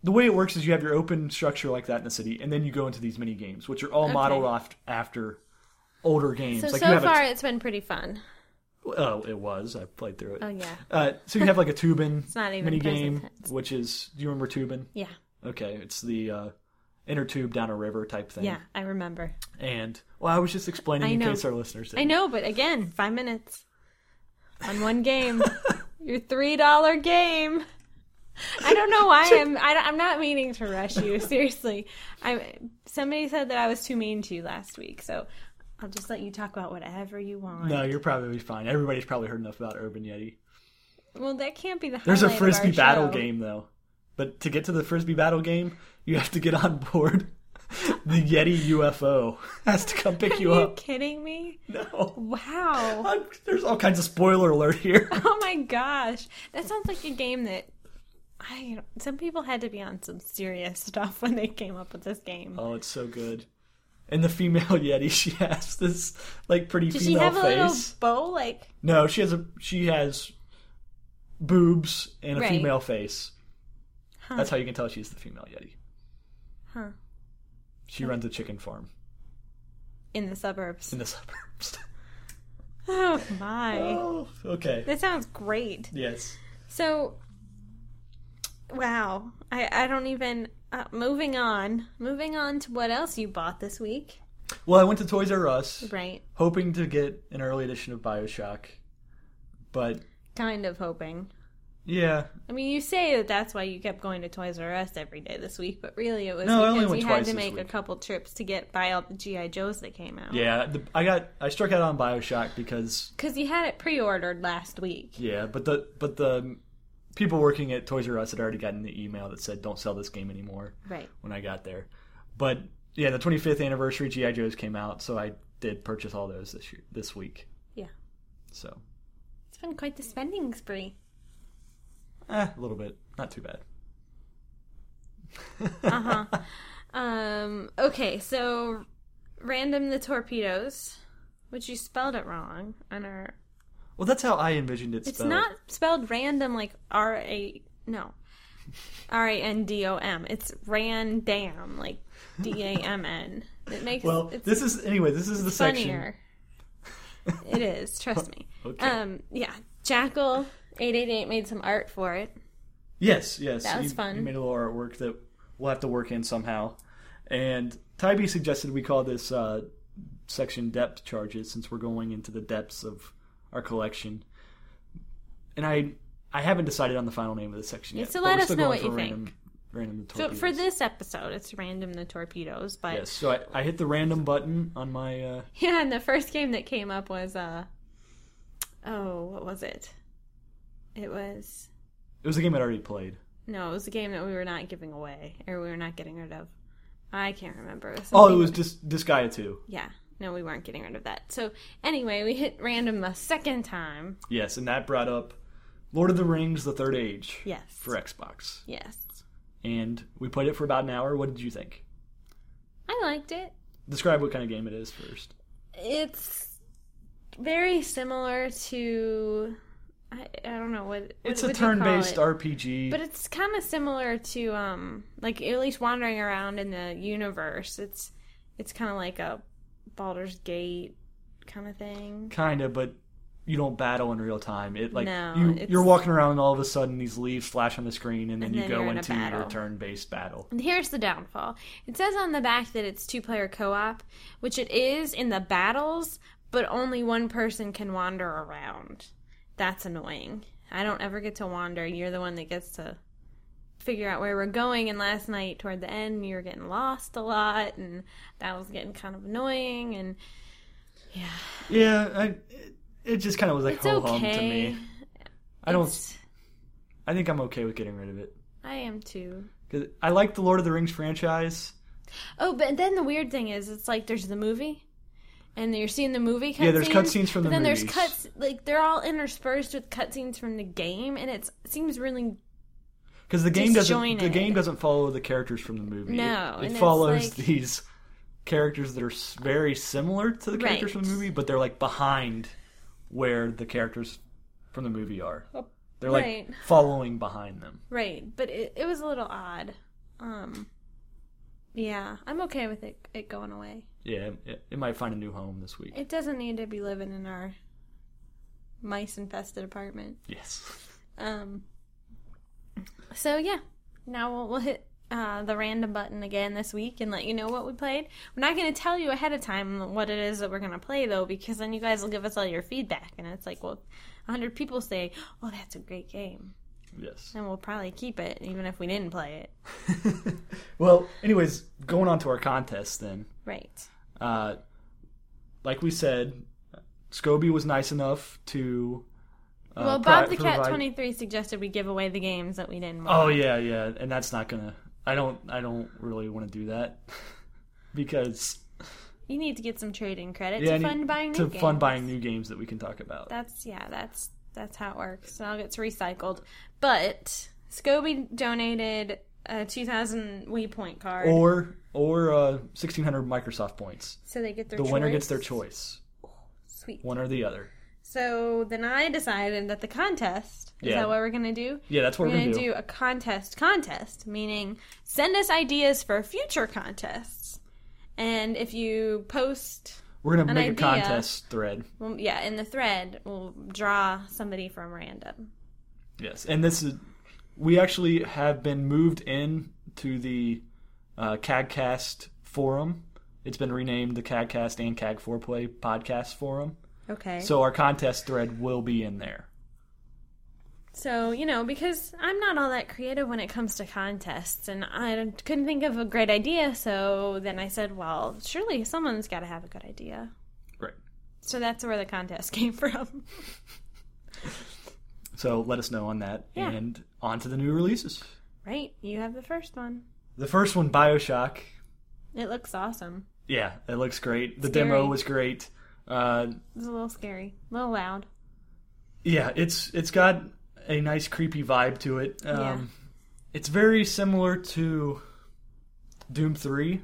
[SPEAKER 2] the way it works is you have your open structure like that in the city and then you go into these mini games which are all modeled
[SPEAKER 1] Okay.
[SPEAKER 2] off after older games
[SPEAKER 1] So
[SPEAKER 2] like you
[SPEAKER 1] so
[SPEAKER 2] have
[SPEAKER 1] far, it's been pretty fun.
[SPEAKER 2] a, oh it was i played through it
[SPEAKER 1] Oh yeah,
[SPEAKER 2] uh, so you have like a tubin
[SPEAKER 1] not even
[SPEAKER 2] mini game
[SPEAKER 1] present tense.
[SPEAKER 2] which is do you remember tubin
[SPEAKER 1] yeah,
[SPEAKER 2] okay it's the uh, inner tube down a river type thing
[SPEAKER 1] yeah. I remember.
[SPEAKER 2] and well i was just explaining
[SPEAKER 1] I
[SPEAKER 2] in
[SPEAKER 1] know.
[SPEAKER 2] case our listeners didn't
[SPEAKER 1] I know, but again, five minutes on one game. Your three dollar game. I don't know why I'm. I, am i am not meaning to rush you. Seriously, I. Somebody said that I was too mean to you last week, so I'll just let you talk about whatever you want.
[SPEAKER 2] no you're probably fine everybody's probably heard enough about urban yeti
[SPEAKER 1] Well, that can't be the.
[SPEAKER 2] There's a
[SPEAKER 1] highlight of our
[SPEAKER 2] frisbee battle
[SPEAKER 1] show.
[SPEAKER 2] game though, but to get to the frisbee battle game, you have to get on board. The Yeti UFO has to come pick you
[SPEAKER 1] Are you
[SPEAKER 2] up.
[SPEAKER 1] kidding me?
[SPEAKER 2] No,
[SPEAKER 1] Wow.
[SPEAKER 2] I'm- there's all kinds of spoiler alert here.
[SPEAKER 1] Oh my gosh, that sounds like a game that I some people had to be on some serious stuff when they came up with this game.
[SPEAKER 2] Oh, it's so good. And the female Yeti, she has this like pretty
[SPEAKER 1] Does she
[SPEAKER 2] female
[SPEAKER 1] have a little
[SPEAKER 2] face.
[SPEAKER 1] bow? Like
[SPEAKER 2] No, she has a she has boobs and a
[SPEAKER 1] Right.
[SPEAKER 2] female face. That's how you can tell she's the female Yeti.
[SPEAKER 1] Huh.
[SPEAKER 2] She runs a chicken farm
[SPEAKER 1] in the suburbs.
[SPEAKER 2] in the suburbs.
[SPEAKER 1] Oh my,
[SPEAKER 2] oh, okay.
[SPEAKER 1] that sounds great.
[SPEAKER 2] Yes.
[SPEAKER 1] So, wow, I I don't even. Uh, moving on, moving on to what else you bought this week,
[SPEAKER 2] Well, I went to Toys R Us.
[SPEAKER 1] right?
[SPEAKER 2] hoping to get an early edition of Bioshock, but
[SPEAKER 1] Kind of hoping.
[SPEAKER 2] yeah,
[SPEAKER 1] I mean, you say that that's why you kept going to Toys R Us every day this week, but really it was
[SPEAKER 2] No, I only
[SPEAKER 1] because
[SPEAKER 2] went
[SPEAKER 1] you had
[SPEAKER 2] twice
[SPEAKER 1] to
[SPEAKER 2] this
[SPEAKER 1] make a
[SPEAKER 2] week.
[SPEAKER 1] couple trips to get buy all the GI Joes that came out.
[SPEAKER 2] yeah. The, I got I struck out on Bioshock because
[SPEAKER 1] because you had it pre-ordered last week.
[SPEAKER 2] yeah, but the but the people working at Toys R Us had already gotten the email that said don't sell this game anymore
[SPEAKER 1] Right.
[SPEAKER 2] when I got there. But yeah, the 25th anniversary GI Joes came out, so I did purchase all those this year this week.
[SPEAKER 1] Yeah.
[SPEAKER 2] So
[SPEAKER 1] It's been quite the spending spree.
[SPEAKER 2] eh, a little bit, not too bad.
[SPEAKER 1] Um. Okay. So, random the torpedoes, which you spelled it wrong on our.
[SPEAKER 2] Well, that's how I envisioned it.
[SPEAKER 1] It's
[SPEAKER 2] spelled.
[SPEAKER 1] not spelled random like R A no. R A N D O M. It's random like D A M N. It makes
[SPEAKER 2] Well,
[SPEAKER 1] it's
[SPEAKER 2] this is anyway. This is the section.
[SPEAKER 1] funnier. it is, trust me.
[SPEAKER 2] Okay.
[SPEAKER 1] Um, yeah, Jackal eight eight eight made some art for it.
[SPEAKER 2] Yes, yes. That
[SPEAKER 1] was
[SPEAKER 2] you,
[SPEAKER 1] fun.
[SPEAKER 2] You made a little artwork that we'll have to work in somehow. And Tybee suggested we call this uh, section depth charges since we're going into the depths of our collection. And I I haven't decided on the final name of the section yet.
[SPEAKER 1] so
[SPEAKER 2] but
[SPEAKER 1] let
[SPEAKER 2] we're
[SPEAKER 1] us
[SPEAKER 2] still
[SPEAKER 1] know
[SPEAKER 2] going
[SPEAKER 1] what
[SPEAKER 2] for
[SPEAKER 1] you
[SPEAKER 2] random, Random
[SPEAKER 1] So for
[SPEAKER 2] torpedoes.
[SPEAKER 1] this episode, it's random the torpedoes, but
[SPEAKER 2] Yes, so I, I hit the random button on my. Uh,
[SPEAKER 1] yeah, and the first game that came up was uh oh, what was it? It was
[SPEAKER 2] it was a game I'd already played.
[SPEAKER 1] no, it was a game that we were not giving away or we were not getting rid of. I can't remember.
[SPEAKER 2] Oh, it
[SPEAKER 1] something-
[SPEAKER 2] was just Disgaea 2.
[SPEAKER 1] yeah, No, we weren't getting rid of that. So anyway, we hit random a second time.
[SPEAKER 2] Yes, and that brought up Lord of the Rings: The Third Age
[SPEAKER 1] Yes.
[SPEAKER 2] for Xbox,
[SPEAKER 1] Yes.
[SPEAKER 2] and we played it for about an hour. What did you think?
[SPEAKER 1] I liked it.
[SPEAKER 2] Describe what kind of game it is first.
[SPEAKER 1] It's very similar to I, I don't know what, what
[SPEAKER 2] It's
[SPEAKER 1] would
[SPEAKER 2] a
[SPEAKER 1] you call
[SPEAKER 2] turn-based
[SPEAKER 1] it?
[SPEAKER 2] RPG.
[SPEAKER 1] But it's kind of similar to um like at least wandering around in the universe. It's it's kind of like a Baldur's Gate kind of thing.
[SPEAKER 2] kind of but you don't battle in real time it like
[SPEAKER 1] No,
[SPEAKER 2] you,
[SPEAKER 1] it's-
[SPEAKER 2] you're walking around and all of a sudden these leaves flash on the screen and then
[SPEAKER 1] And
[SPEAKER 2] you
[SPEAKER 1] then
[SPEAKER 2] go
[SPEAKER 1] you're in a
[SPEAKER 2] into your
[SPEAKER 1] battle.
[SPEAKER 2] turn-based battle
[SPEAKER 1] And here's the downfall. It says on the back that it's two player co op, which it is in the battles, but only one person can wander around. That's annoying. I don't ever get to wander. You're the one that gets to figure out where we're going. And last night, toward the end, you were getting lost a lot, and that was getting kind of annoying. And
[SPEAKER 2] yeah I, it, it just kind of was like
[SPEAKER 1] it's
[SPEAKER 2] ho-hum
[SPEAKER 1] okay.
[SPEAKER 2] to me i don't
[SPEAKER 1] It's-
[SPEAKER 2] i think i'm okay with getting rid of it
[SPEAKER 1] I am too.
[SPEAKER 2] 'Cause i like the lord of the rings franchise
[SPEAKER 1] Oh, but then the weird thing is, it's like there's the movie, and you're seeing the movie. Cutscenes,
[SPEAKER 2] Yeah, there's cutscenes from
[SPEAKER 1] but
[SPEAKER 2] the
[SPEAKER 1] then there's
[SPEAKER 2] movies.
[SPEAKER 1] cuts like they're all interspersed with cutscenes from the game, and it's, it seems really
[SPEAKER 2] because the game doesn't the
[SPEAKER 1] Disjointed.
[SPEAKER 2] game doesn't follow the characters from the movie It-
[SPEAKER 1] No,
[SPEAKER 2] it,
[SPEAKER 1] and it's
[SPEAKER 2] follows
[SPEAKER 1] like-
[SPEAKER 2] these characters that are s- very similar to the characters
[SPEAKER 1] Right.
[SPEAKER 2] from the movie but they're like behind where the characters from the movie are they're like
[SPEAKER 1] Oh, right.
[SPEAKER 2] following behind them
[SPEAKER 1] right, but it, it was a little odd. Um, yeah, I'm okay with it it going away.
[SPEAKER 2] Yeah, it, it might find a new home this week.
[SPEAKER 1] It doesn't need to be living in our mice infested apartment.
[SPEAKER 2] Yes.
[SPEAKER 1] Um. So yeah, now we'll, we'll hit uh, the random button again this week and let you know what we played. We're not going to tell you ahead of time what it is that we're going to play though, because then you guys will give us all your feedback, and it's like, well, hundred people say, "Oh, that's a great game,"
[SPEAKER 2] Yes.
[SPEAKER 1] and we'll probably keep it even if we didn't play it.
[SPEAKER 2] well, anyways, going on to our contest then.
[SPEAKER 1] Right.
[SPEAKER 2] Uh, like we said, Scobie was nice enough to. Uh,
[SPEAKER 1] well,
[SPEAKER 2] pro-
[SPEAKER 1] Bob the Cat
[SPEAKER 2] provide-
[SPEAKER 1] twenty three suggested we give away the games that we didn't. Want.
[SPEAKER 2] Oh yeah, yeah, and that's not gonna. I don't. I don't really want to do that because
[SPEAKER 1] You need to get some trading credit
[SPEAKER 2] yeah,
[SPEAKER 1] to
[SPEAKER 2] I need-
[SPEAKER 1] fund buying
[SPEAKER 2] to
[SPEAKER 1] new games.
[SPEAKER 2] fund buying new games that we can talk about.
[SPEAKER 1] That's yeah, that's that's how it works. It all gets recycled. But Scobie donated a two thousand Wii Point card,
[SPEAKER 2] Or or uh, sixteen hundred Microsoft points.
[SPEAKER 1] so they get their
[SPEAKER 2] The
[SPEAKER 1] choice.
[SPEAKER 2] winner gets their choice,
[SPEAKER 1] Sweet.
[SPEAKER 2] one or the other.
[SPEAKER 1] So then I decided that the contest is
[SPEAKER 2] Yeah.
[SPEAKER 1] that what we're gonna do?
[SPEAKER 2] Yeah, that's what
[SPEAKER 1] We're
[SPEAKER 2] we're,
[SPEAKER 1] gonna do a contest contest, meaning send us ideas for future contests. And if you post,
[SPEAKER 2] We're gonna
[SPEAKER 1] an
[SPEAKER 2] make a
[SPEAKER 1] idea.
[SPEAKER 2] contest thread.
[SPEAKER 1] well, yeah, in the thread, we'll draw somebody from random.
[SPEAKER 2] Yes, and this is we actually have been moved in to the uh, CAGcast forum. It's been renamed the CAGcast and CAG Foreplay podcast forum.
[SPEAKER 1] Okay.
[SPEAKER 2] So our contest thread will be in there.
[SPEAKER 1] So, you know, because I'm not all that creative when it comes to contests, and I don't- couldn't think of a great idea, so then I said, well, surely someone's got to have a good idea.
[SPEAKER 2] Right.
[SPEAKER 1] So that's where the contest came from.
[SPEAKER 2] So let us know on that
[SPEAKER 1] Yeah.
[SPEAKER 2] and on to the new releases.
[SPEAKER 1] Right? You have the first one.
[SPEAKER 2] The first one, Bioshock.
[SPEAKER 1] It looks awesome.
[SPEAKER 2] Yeah, it looks great. The
[SPEAKER 1] Scary.
[SPEAKER 2] demo was great. Uh,
[SPEAKER 1] It's a little scary, a little loud.
[SPEAKER 2] Yeah, it's it's got a nice creepy vibe to it. Um,
[SPEAKER 1] Yeah.
[SPEAKER 2] It's very similar to Doom Three,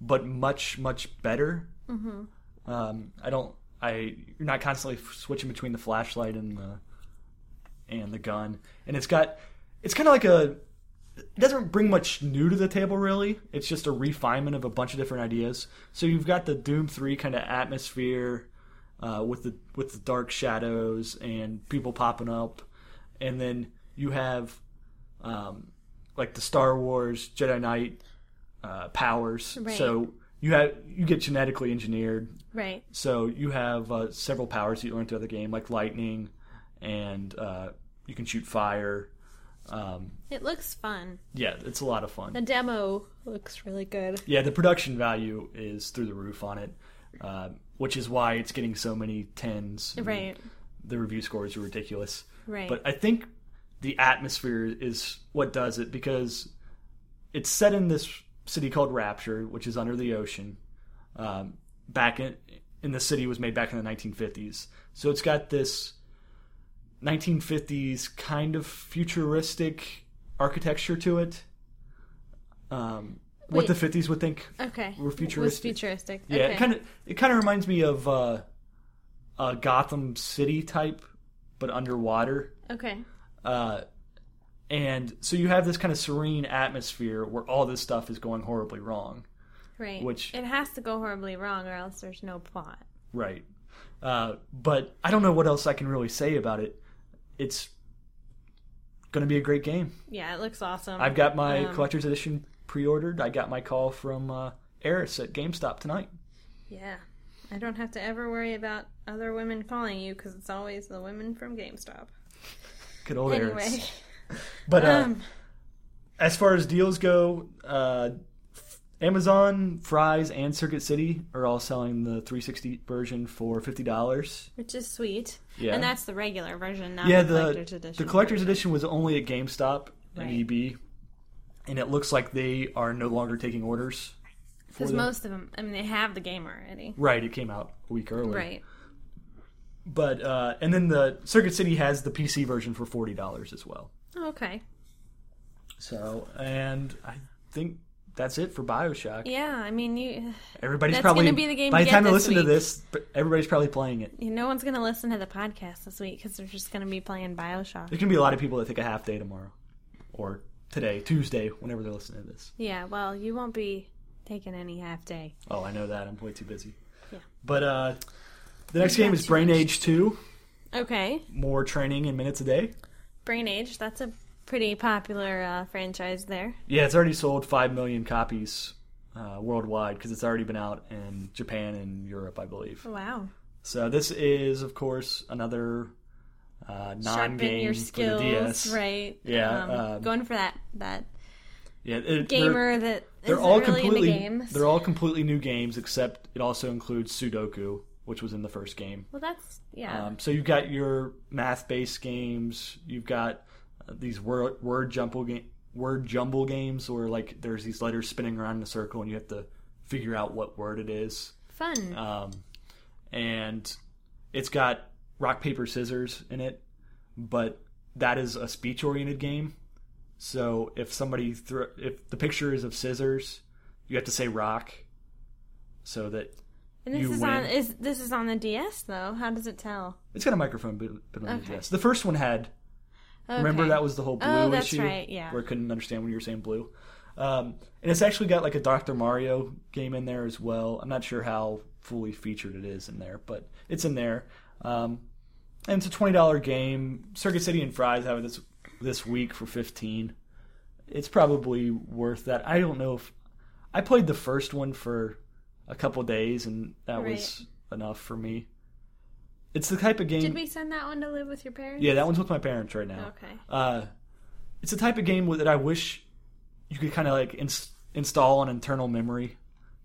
[SPEAKER 2] but much much better. Mm-hmm. Um, I don't. I you're not constantly f- switching between the flashlight and the and the gun, and it's got it's kind of like a. It doesn't bring much new to the table, really. It's just a refinement of a bunch of different ideas. So you've got the Doom Three kind of atmosphere uh, with the with the dark shadows and people popping up, and then you have um, like the Star Wars Jedi Knight uh, powers.
[SPEAKER 1] Right.
[SPEAKER 2] So you have you get genetically engineered.
[SPEAKER 1] Right.
[SPEAKER 2] So you have uh, several powers you learn throughout the game, like lightning, and uh, you can shoot fire. Um,
[SPEAKER 1] It looks fun.
[SPEAKER 2] yeah, it's a lot of fun.
[SPEAKER 1] The demo looks really good.
[SPEAKER 2] Yeah, the production value is through the roof on it, uh, which is why it's getting so many tens. and
[SPEAKER 1] Right.
[SPEAKER 2] the review scores are ridiculous.
[SPEAKER 1] Right.
[SPEAKER 2] Hmm. But I think the atmosphere is what does it because it's set in this city called Rapture, which is under the ocean. Um, back in in the city was made back in the 1950s. So it's got this 1950s kind of futuristic architecture to it. Um, what
[SPEAKER 1] Wait.
[SPEAKER 2] the 50s would think
[SPEAKER 1] Okay.
[SPEAKER 2] We're futuristic.
[SPEAKER 1] Was futuristic.
[SPEAKER 2] yeah,
[SPEAKER 1] okay.
[SPEAKER 2] it kind of it kind of reminds me of uh, a Gotham City type, but underwater.
[SPEAKER 1] Okay.
[SPEAKER 2] Uh, and so you have this kind of serene atmosphere where all this stuff is going horribly wrong,
[SPEAKER 1] Right.
[SPEAKER 2] which-
[SPEAKER 1] it has to go horribly wrong, or else there's no plot.
[SPEAKER 2] right? Uh, but I don't know what else I can really say about it. It's going to be a great game.
[SPEAKER 1] Yeah, it looks awesome.
[SPEAKER 2] I've got my
[SPEAKER 1] Um,
[SPEAKER 2] collector's edition pre-ordered. I got my call from uh, Eris at GameStop tonight.
[SPEAKER 1] Yeah. I don't have to ever worry about other women calling you because it's always the women from GameStop.
[SPEAKER 2] Good old
[SPEAKER 1] Anyway,
[SPEAKER 2] Eris. But uh,
[SPEAKER 1] um,
[SPEAKER 2] as far as deals go, uh, Amazon, Fry's, and Circuit City are all selling the 360 version for fifty dollars.
[SPEAKER 1] which is sweet.
[SPEAKER 2] Yeah.
[SPEAKER 1] And that's the regular version, not
[SPEAKER 2] yeah,
[SPEAKER 1] the,
[SPEAKER 2] the
[SPEAKER 1] collector's edition.
[SPEAKER 2] the collector's
[SPEAKER 1] version.
[SPEAKER 2] edition was only at GameStop
[SPEAKER 1] Right.
[SPEAKER 2] and EB, and it looks like they are no longer taking orders. for
[SPEAKER 1] Because
[SPEAKER 2] them.
[SPEAKER 1] most of them, I mean, they have the game already.
[SPEAKER 2] right, it came out a week early.
[SPEAKER 1] Right.
[SPEAKER 2] but uh, and then the Circuit City has the PC version for forty dollars as well.
[SPEAKER 1] Okay.
[SPEAKER 2] So and I think that's it for Bioshock.
[SPEAKER 1] Yeah, I mean, you,
[SPEAKER 2] Everybody's
[SPEAKER 1] That's
[SPEAKER 2] probably
[SPEAKER 1] gonna be the game
[SPEAKER 2] by
[SPEAKER 1] to
[SPEAKER 2] the
[SPEAKER 1] get
[SPEAKER 2] time you
[SPEAKER 1] this
[SPEAKER 2] listen to
[SPEAKER 1] week.
[SPEAKER 2] this, everybody's probably playing it.
[SPEAKER 1] you no one's going to listen to the podcast this week because they're just going to be playing Bioshock.
[SPEAKER 2] There's gonna be a lot of people that take a half day tomorrow, or today, Tuesday, whenever they're listening to this.
[SPEAKER 1] Yeah, well, you won't be taking any half day.
[SPEAKER 2] Oh, I know that. I'm way too busy.
[SPEAKER 1] Yeah.
[SPEAKER 2] But uh, the next
[SPEAKER 1] got
[SPEAKER 2] game is
[SPEAKER 1] too
[SPEAKER 2] Brain
[SPEAKER 1] much.
[SPEAKER 2] Age Two.
[SPEAKER 1] Okay.
[SPEAKER 2] More training in minutes a day.
[SPEAKER 1] Brain Age, that's a pretty popular uh, franchise there.
[SPEAKER 2] Yeah, it's already sold five million copies uh, worldwide because it's already been out in Japan and Europe, I believe.
[SPEAKER 1] Wow.
[SPEAKER 2] So this is, of course, another uh, non-game
[SPEAKER 1] Sharpen your
[SPEAKER 2] for the
[SPEAKER 1] skills,
[SPEAKER 2] DS.
[SPEAKER 1] right?
[SPEAKER 2] Yeah,
[SPEAKER 1] Um,
[SPEAKER 2] um,
[SPEAKER 1] going for that that
[SPEAKER 2] Yeah, it- they're-
[SPEAKER 1] gamer that
[SPEAKER 2] They're
[SPEAKER 1] isn't
[SPEAKER 2] all
[SPEAKER 1] really
[SPEAKER 2] completely
[SPEAKER 1] into games.
[SPEAKER 2] they're all completely new games, except it also includes Sudoku, which was in the first game.
[SPEAKER 1] well, that's yeah.
[SPEAKER 2] Um, so you've got your math-based games. You've got uh, these word word jumble game word jumble games, where like there's these letters spinning around in a circle, and you have to figure out what word it is.
[SPEAKER 1] Fun.
[SPEAKER 2] Um, and it's got rock paper scissors in it, but that is a speech-oriented game. So if somebody thro- if the picture is of scissors, you have to say rock, so that
[SPEAKER 1] and this
[SPEAKER 2] you
[SPEAKER 1] is
[SPEAKER 2] win.
[SPEAKER 1] on is this is on the DS though. How does it tell?
[SPEAKER 2] It's got a microphone built built on
[SPEAKER 1] Okay.
[SPEAKER 2] the DS. The first one had. Remember
[SPEAKER 1] Okay.
[SPEAKER 2] that was the whole blue
[SPEAKER 1] Oh, that's
[SPEAKER 2] issue,
[SPEAKER 1] right, yeah.
[SPEAKER 2] where I couldn't understand when you were saying blue. Um, and it's actually got like a Dr. Mario game in there as well. I'm not sure how fully featured it is in there, but it's in there. Um, and it's a twenty dollar game. Circuit City and Fries have it this this week for fifteen. It's probably worth that. I don't know if I played the first one for a couple days, and that
[SPEAKER 1] Right.
[SPEAKER 2] was enough for me. It's the type of game.
[SPEAKER 1] Did we send that one to live with your parents?
[SPEAKER 2] Yeah, that one's with my parents right now.
[SPEAKER 1] Okay.
[SPEAKER 2] Uh, it's a type of game that I wish you could kind of like ins- install on internal memory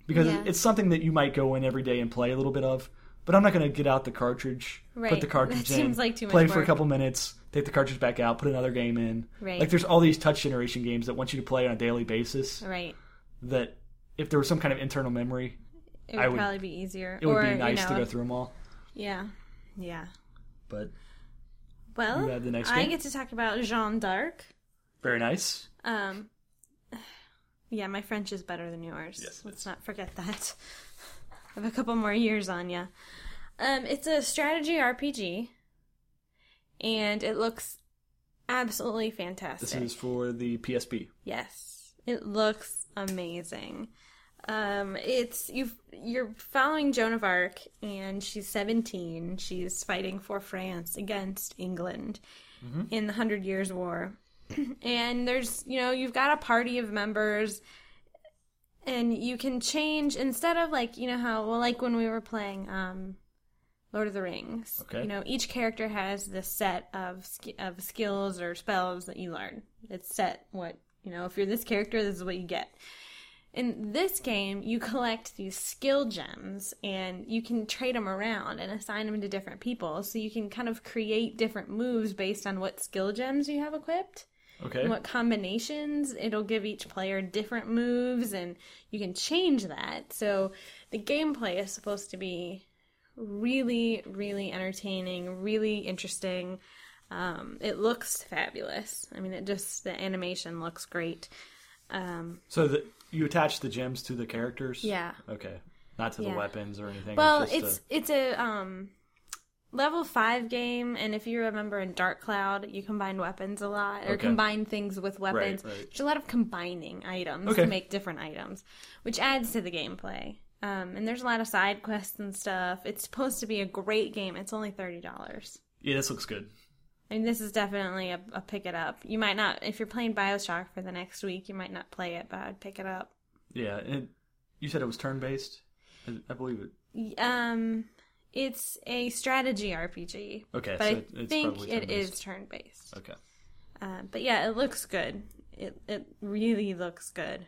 [SPEAKER 2] because
[SPEAKER 1] Yeah.
[SPEAKER 2] it's something that you might go in every day and play a little bit of. But I'm not going to get out the cartridge, put
[SPEAKER 1] Right.
[SPEAKER 2] the cartridge
[SPEAKER 1] That
[SPEAKER 2] in,
[SPEAKER 1] seems like too much
[SPEAKER 2] play for a
[SPEAKER 1] work.
[SPEAKER 2] couple minutes, take the cartridge back out, put another game in.
[SPEAKER 1] Right.
[SPEAKER 2] Like there's all these touch generation games that want you to play on a daily basis.
[SPEAKER 1] Right.
[SPEAKER 2] That if there was some kind of internal memory,
[SPEAKER 1] It would,
[SPEAKER 2] I would-
[SPEAKER 1] probably be easier.
[SPEAKER 2] it would
[SPEAKER 1] or,
[SPEAKER 2] be nice
[SPEAKER 1] you
[SPEAKER 2] to
[SPEAKER 1] know,
[SPEAKER 2] go through them all.
[SPEAKER 1] Yeah. Yeah.
[SPEAKER 2] But
[SPEAKER 1] Well,
[SPEAKER 2] You have the next
[SPEAKER 1] I
[SPEAKER 2] game?
[SPEAKER 1] get to talk about Jeanne d'Arc.
[SPEAKER 2] very nice.
[SPEAKER 1] Um, yeah, my French is better than yours.
[SPEAKER 2] Yes, it
[SPEAKER 1] Let's
[SPEAKER 2] is.
[SPEAKER 1] not forget that. I have a couple more years on ya. Um, it's a strategy RPG, and it looks absolutely fantastic.
[SPEAKER 2] This is for the PSP.
[SPEAKER 1] Yes, it looks amazing. Um, it's you. You're following Joan of Arc, and she's 17. She's fighting for France against England
[SPEAKER 2] Mm-hmm.
[SPEAKER 1] in the Hundred Years' War. and there's, you know, you've got a party of members, and you can change instead of like, you know, how well, like when we were playing um, Lord of the Rings.
[SPEAKER 2] Okay.
[SPEAKER 1] You know, each character has this set of sk- of skills or spells that you learn. It's set what you know. If you're this character, this is what you get. In this game, you collect these skill gems and you can trade them around and assign them to different people. So you can kind of create different moves based on what skill gems you have equipped.
[SPEAKER 2] Okay.
[SPEAKER 1] and what combinations it'll give each player different moves and you can change that so the gameplay is supposed to be really really entertaining really interesting um, it looks fabulous i mean it just the animation looks great um,
[SPEAKER 2] So the, you attach the gems to the characters?
[SPEAKER 1] yeah
[SPEAKER 2] Okay. Not to the
[SPEAKER 1] Yeah.
[SPEAKER 2] weapons or anything.
[SPEAKER 1] Well,
[SPEAKER 2] just
[SPEAKER 1] it's
[SPEAKER 2] a-
[SPEAKER 1] it's a um level five game, and if you remember in Dark Cloud, you combine weapons a lot or
[SPEAKER 2] Okay.
[SPEAKER 1] combine things with weapons.
[SPEAKER 2] right.
[SPEAKER 1] There's a lot of combining items
[SPEAKER 2] Okay.
[SPEAKER 1] to make different items, which adds to the gameplay. Um, and there's a lot of side quests and stuff. It's supposed to be a great game. It's only thirty dollars.
[SPEAKER 2] yeah, this looks good.
[SPEAKER 1] I mean, this is definitely a, a pick it up. You might not, if you're playing Bioshock for the next week, you might not play it, but I'd pick it up.
[SPEAKER 2] Yeah, and it, you said it was turn based. I, I believe it.
[SPEAKER 1] Y- Um, it's a strategy RPG,
[SPEAKER 2] Okay,
[SPEAKER 1] but
[SPEAKER 2] so
[SPEAKER 1] I
[SPEAKER 2] it- it's
[SPEAKER 1] think
[SPEAKER 2] probably
[SPEAKER 1] it
[SPEAKER 2] turn-based.
[SPEAKER 1] is turn based.
[SPEAKER 2] Okay.
[SPEAKER 1] Uh, but yeah, it looks good. It it really looks good.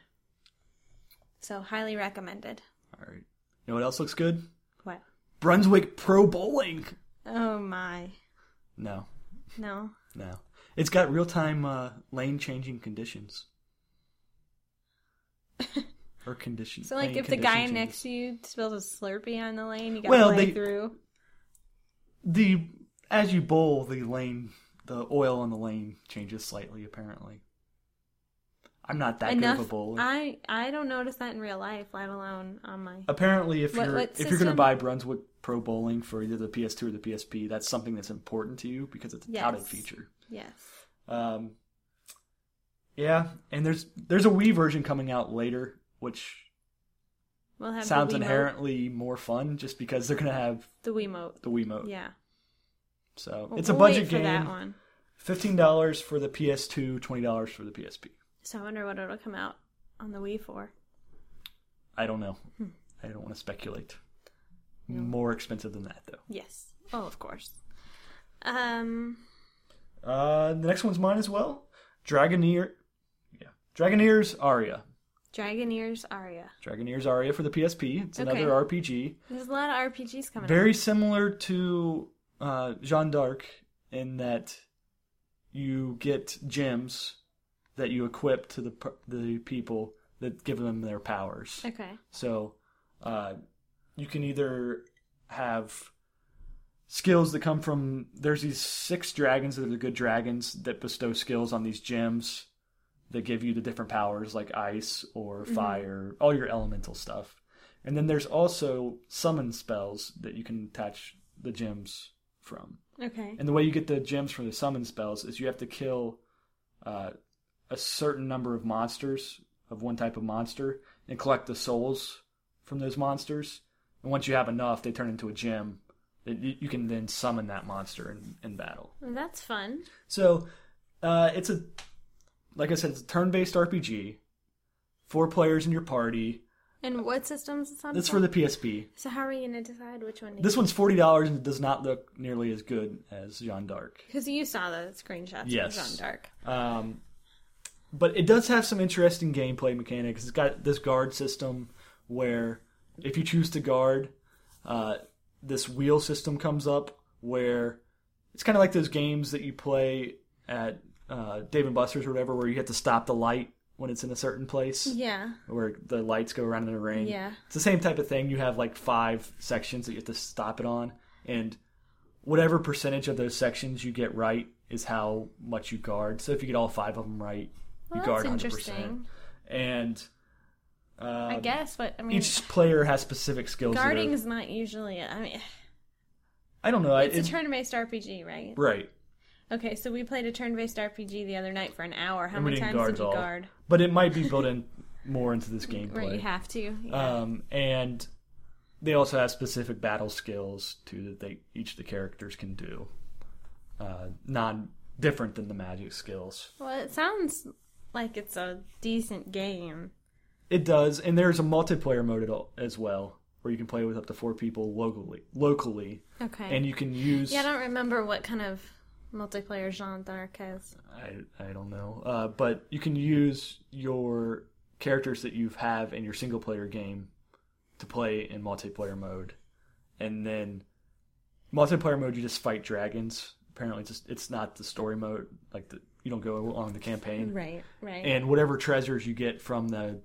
[SPEAKER 1] So highly recommended.
[SPEAKER 2] All right. You know what else looks good?
[SPEAKER 1] What?
[SPEAKER 2] Brunswick Pro Bowling.
[SPEAKER 1] Oh my!
[SPEAKER 2] No,
[SPEAKER 1] No,
[SPEAKER 2] no. It's got real time uh, lane changing conditions. or conditions.
[SPEAKER 1] so like
[SPEAKER 2] lane
[SPEAKER 1] if the guy
[SPEAKER 2] condition
[SPEAKER 1] next
[SPEAKER 2] changes.
[SPEAKER 1] to you spills a Slurpee on the lane, you gotta
[SPEAKER 2] Well,
[SPEAKER 1] play
[SPEAKER 2] they-
[SPEAKER 1] through.
[SPEAKER 2] the as you bowl the lane the oil on the lane changes slightly apparently i'm not that
[SPEAKER 1] Enough.
[SPEAKER 2] good of a bowler
[SPEAKER 1] I I don't notice that in real life, let alone on my.
[SPEAKER 2] apparently if
[SPEAKER 1] What-
[SPEAKER 2] you're
[SPEAKER 1] what
[SPEAKER 2] if you're going to
[SPEAKER 1] system?
[SPEAKER 2] buy brunswick pro bowling for either the ps2 or the psp that's something that's important to you because it's a touted
[SPEAKER 1] Yes.
[SPEAKER 2] feature
[SPEAKER 1] Yes.
[SPEAKER 2] um, yeah and there's there's a wii version coming out later which
[SPEAKER 1] We'll have
[SPEAKER 2] sounds
[SPEAKER 1] the Wiimote-
[SPEAKER 2] inherently more fun just because they're going to have
[SPEAKER 1] The Wiimote.
[SPEAKER 2] the wiimote
[SPEAKER 1] Yeah.
[SPEAKER 2] so
[SPEAKER 1] Well,
[SPEAKER 2] it's a
[SPEAKER 1] we'll wait
[SPEAKER 2] budget
[SPEAKER 1] for that
[SPEAKER 2] game
[SPEAKER 1] one.
[SPEAKER 2] $15 for the ps2 $20 for the psp
[SPEAKER 1] So I wonder what it'll come out on the Wii for.
[SPEAKER 2] I don't know.
[SPEAKER 1] Hmm.
[SPEAKER 2] I don't want to speculate. More expensive than that, though.
[SPEAKER 1] Yes. Oh, of course. Um.
[SPEAKER 2] Uh, the next one's mine as well. Dragoneer, yeah, Dragoneer's Aria.
[SPEAKER 1] Dragoneers Aria.
[SPEAKER 2] Dragoneer's Aria for the PSP. It's
[SPEAKER 1] Okay.
[SPEAKER 2] another RPG,
[SPEAKER 1] There's a lot of RPGs coming out.
[SPEAKER 2] very similar to uh, Jeanne d'Arc in that you get gems that you equip to the per- the people that give them their powers.
[SPEAKER 1] Okay.
[SPEAKER 2] So uh, you can either have skills that come from there's these six dragons that are the good dragons that bestow skills on these gems that give you the different powers like ice or fire, all your elemental stuff. And then there's also summon spells that you can attach the gems from.
[SPEAKER 1] Okay.
[SPEAKER 2] And the way you get the gems from the summon spells is you have to kill uh, a certain number of monsters of one type of monster and collect the souls from those monsters. And once you have enough, they turn into a gem that you you can then summon that monster in, in battle.
[SPEAKER 1] Well, that's fun.
[SPEAKER 2] So uh, it's a, like I said, it's a turn-based RPG. Four players in your party.
[SPEAKER 1] And what systems is on?
[SPEAKER 2] That's for the PSP.
[SPEAKER 1] So how are you gonna decide which one?
[SPEAKER 2] This one's forty dollars and it does not look nearly as good as Jeanne d'Arc.
[SPEAKER 1] Because you saw the screenshots.
[SPEAKER 2] Yes.
[SPEAKER 1] Yes. Of Jean Dark.
[SPEAKER 2] Um, but it does have some interesting gameplay mechanics. It's got this guard system where if you choose to guard, uh, this wheel system comes up where it's kind of like those games that you play at uh, Dave and Buster's or whatever, where you have to stop the light when it's in a certain place,
[SPEAKER 1] Yeah.
[SPEAKER 2] where the lights go around in a ring.
[SPEAKER 1] Yeah.
[SPEAKER 2] It's the same type of thing. You have like five sections that you have to stop it on, and whatever percentage of those sections you get right is how much you guard. So if you get all five of them right,
[SPEAKER 1] Well, that's
[SPEAKER 2] you guard 100%.
[SPEAKER 1] interesting.
[SPEAKER 2] And
[SPEAKER 1] I
[SPEAKER 2] uh,
[SPEAKER 1] guess, but I mean,
[SPEAKER 2] each player has specific skills. that are-
[SPEAKER 1] guarding is not usually. I mean,
[SPEAKER 2] I don't know. I-
[SPEAKER 1] it's
[SPEAKER 2] it-
[SPEAKER 1] a turn-based RPG, right?
[SPEAKER 2] right.
[SPEAKER 1] Okay, so we played a turn-based RPG the other night for an hour. How
[SPEAKER 2] And we
[SPEAKER 1] many
[SPEAKER 2] didn't
[SPEAKER 1] times
[SPEAKER 2] guard
[SPEAKER 1] did
[SPEAKER 2] at
[SPEAKER 1] you
[SPEAKER 2] all.
[SPEAKER 1] guard?
[SPEAKER 2] But it might be built in more into this gameplay.
[SPEAKER 1] Right, you have to. Yeah.
[SPEAKER 2] Um, and they also have specific battle skills too that they each of the characters can do, uh, non different than the magic skills.
[SPEAKER 1] well, it sounds like it's a decent game.
[SPEAKER 2] It does, and there's a multiplayer mode at all, as well where you can play with up to four people locally. Locally,
[SPEAKER 1] Okay.
[SPEAKER 2] and you can use
[SPEAKER 1] Yeah, I don't remember what kind of multiplayer Jean d'Arc has.
[SPEAKER 2] I, I don't know, uh, but you can use your characters that you have in your single player game to play in multiplayer mode, and then multiplayer mode you just fight dragons. Apparently, it's just it's not the story mode like the you don't go on the campaign.
[SPEAKER 1] Right, right.
[SPEAKER 2] And whatever treasures you get from the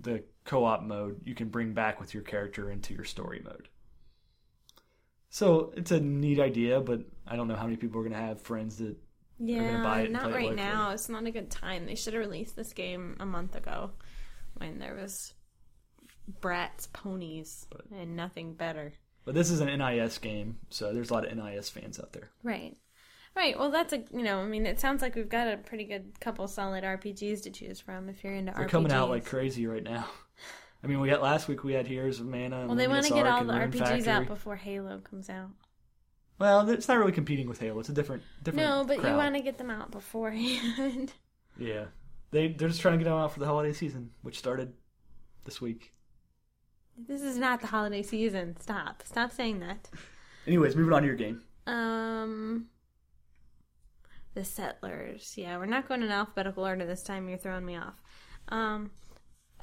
[SPEAKER 2] the co-op mode, you can bring back with your character into your story mode. So it's a neat idea, but I don't know how many people are going to have friends that. gonna
[SPEAKER 1] yeah,
[SPEAKER 2] buy it and play
[SPEAKER 1] not
[SPEAKER 2] it
[SPEAKER 1] right
[SPEAKER 2] locally.
[SPEAKER 1] now. It's not a good time. They should have released this game a month ago when there was brats ponies and nothing better.
[SPEAKER 2] But this is an NIS game, so there's a lot of NIS fans out there.
[SPEAKER 1] Right. Right. Well, that's a you know, I mean, it sounds like we've got a pretty good couple solid RPGs to choose from if you're into
[SPEAKER 2] They're
[SPEAKER 1] RPGs.
[SPEAKER 2] coming out like crazy right now. I mean, we got last week we had Heroes of Mana. And
[SPEAKER 1] well, they want
[SPEAKER 2] Luminous
[SPEAKER 1] to get
[SPEAKER 2] Arc
[SPEAKER 1] all
[SPEAKER 2] and
[SPEAKER 1] the
[SPEAKER 2] Rune
[SPEAKER 1] RPGs
[SPEAKER 2] Factory.
[SPEAKER 1] out before Halo comes out.
[SPEAKER 2] Well, it's not really competing with Halo. It's a different different.
[SPEAKER 1] No, but
[SPEAKER 2] crowd.
[SPEAKER 1] you want to get them out beforehand.
[SPEAKER 2] Yeah, they they're just trying to get them out for the holiday season, which started this week.
[SPEAKER 1] this is not the holiday season. Stop. Stop saying that.
[SPEAKER 2] Anyways, moving on to your game.
[SPEAKER 1] Um The Settlers. Yeah, we're not going in alphabetical order this time. You're throwing me off. Um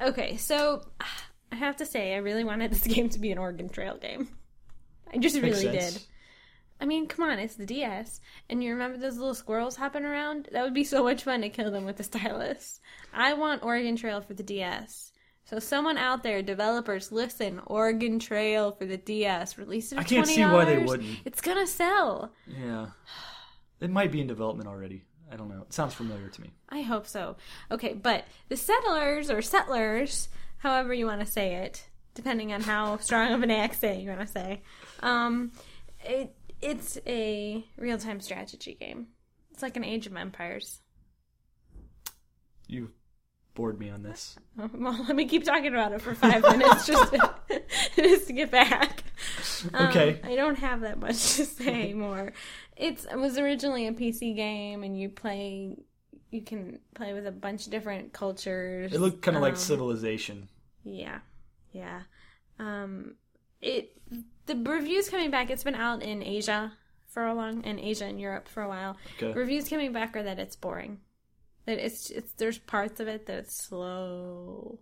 [SPEAKER 1] Okay, so I have to say I really wanted this game to be an Oregon Trail game. I just
[SPEAKER 2] Makes
[SPEAKER 1] really
[SPEAKER 2] sense.
[SPEAKER 1] did. I mean, come on, it's the DS. And you remember those little squirrels hopping around? That would be so much fun to kill them with a stylus. I want Oregon Trail for the DS. So someone out there, developers, listen, Oregon Trail for the DS. Release it for
[SPEAKER 2] I
[SPEAKER 1] $20.
[SPEAKER 2] can't see why they wouldn't.
[SPEAKER 1] It's gonna sell.
[SPEAKER 2] Yeah, it might be in development already. I don't know. It sounds familiar to me.
[SPEAKER 1] I hope so. Okay, but the settlers or settlers, however you want to say it, depending on how strong of an accent you want to say, um, it it's a real time strategy game. It's like an Age of Empires.
[SPEAKER 2] You bored me on this.
[SPEAKER 1] Well, let me keep talking about it for five minutes just to, just to get back. Um,
[SPEAKER 2] Okay.
[SPEAKER 1] I don't have that much to say more. It's, it was originally a PC game, and you play. You can play with a bunch of different cultures.
[SPEAKER 2] It looked kind of like
[SPEAKER 1] Um,
[SPEAKER 2] Civilization.
[SPEAKER 1] Yeah, yeah. Um, it the reviews coming back. It's been out in Asia for a long, in Asia and Europe for a while.
[SPEAKER 2] Okay.
[SPEAKER 1] Reviews coming back are that it's boring. That it's it's there's parts of it that's slow.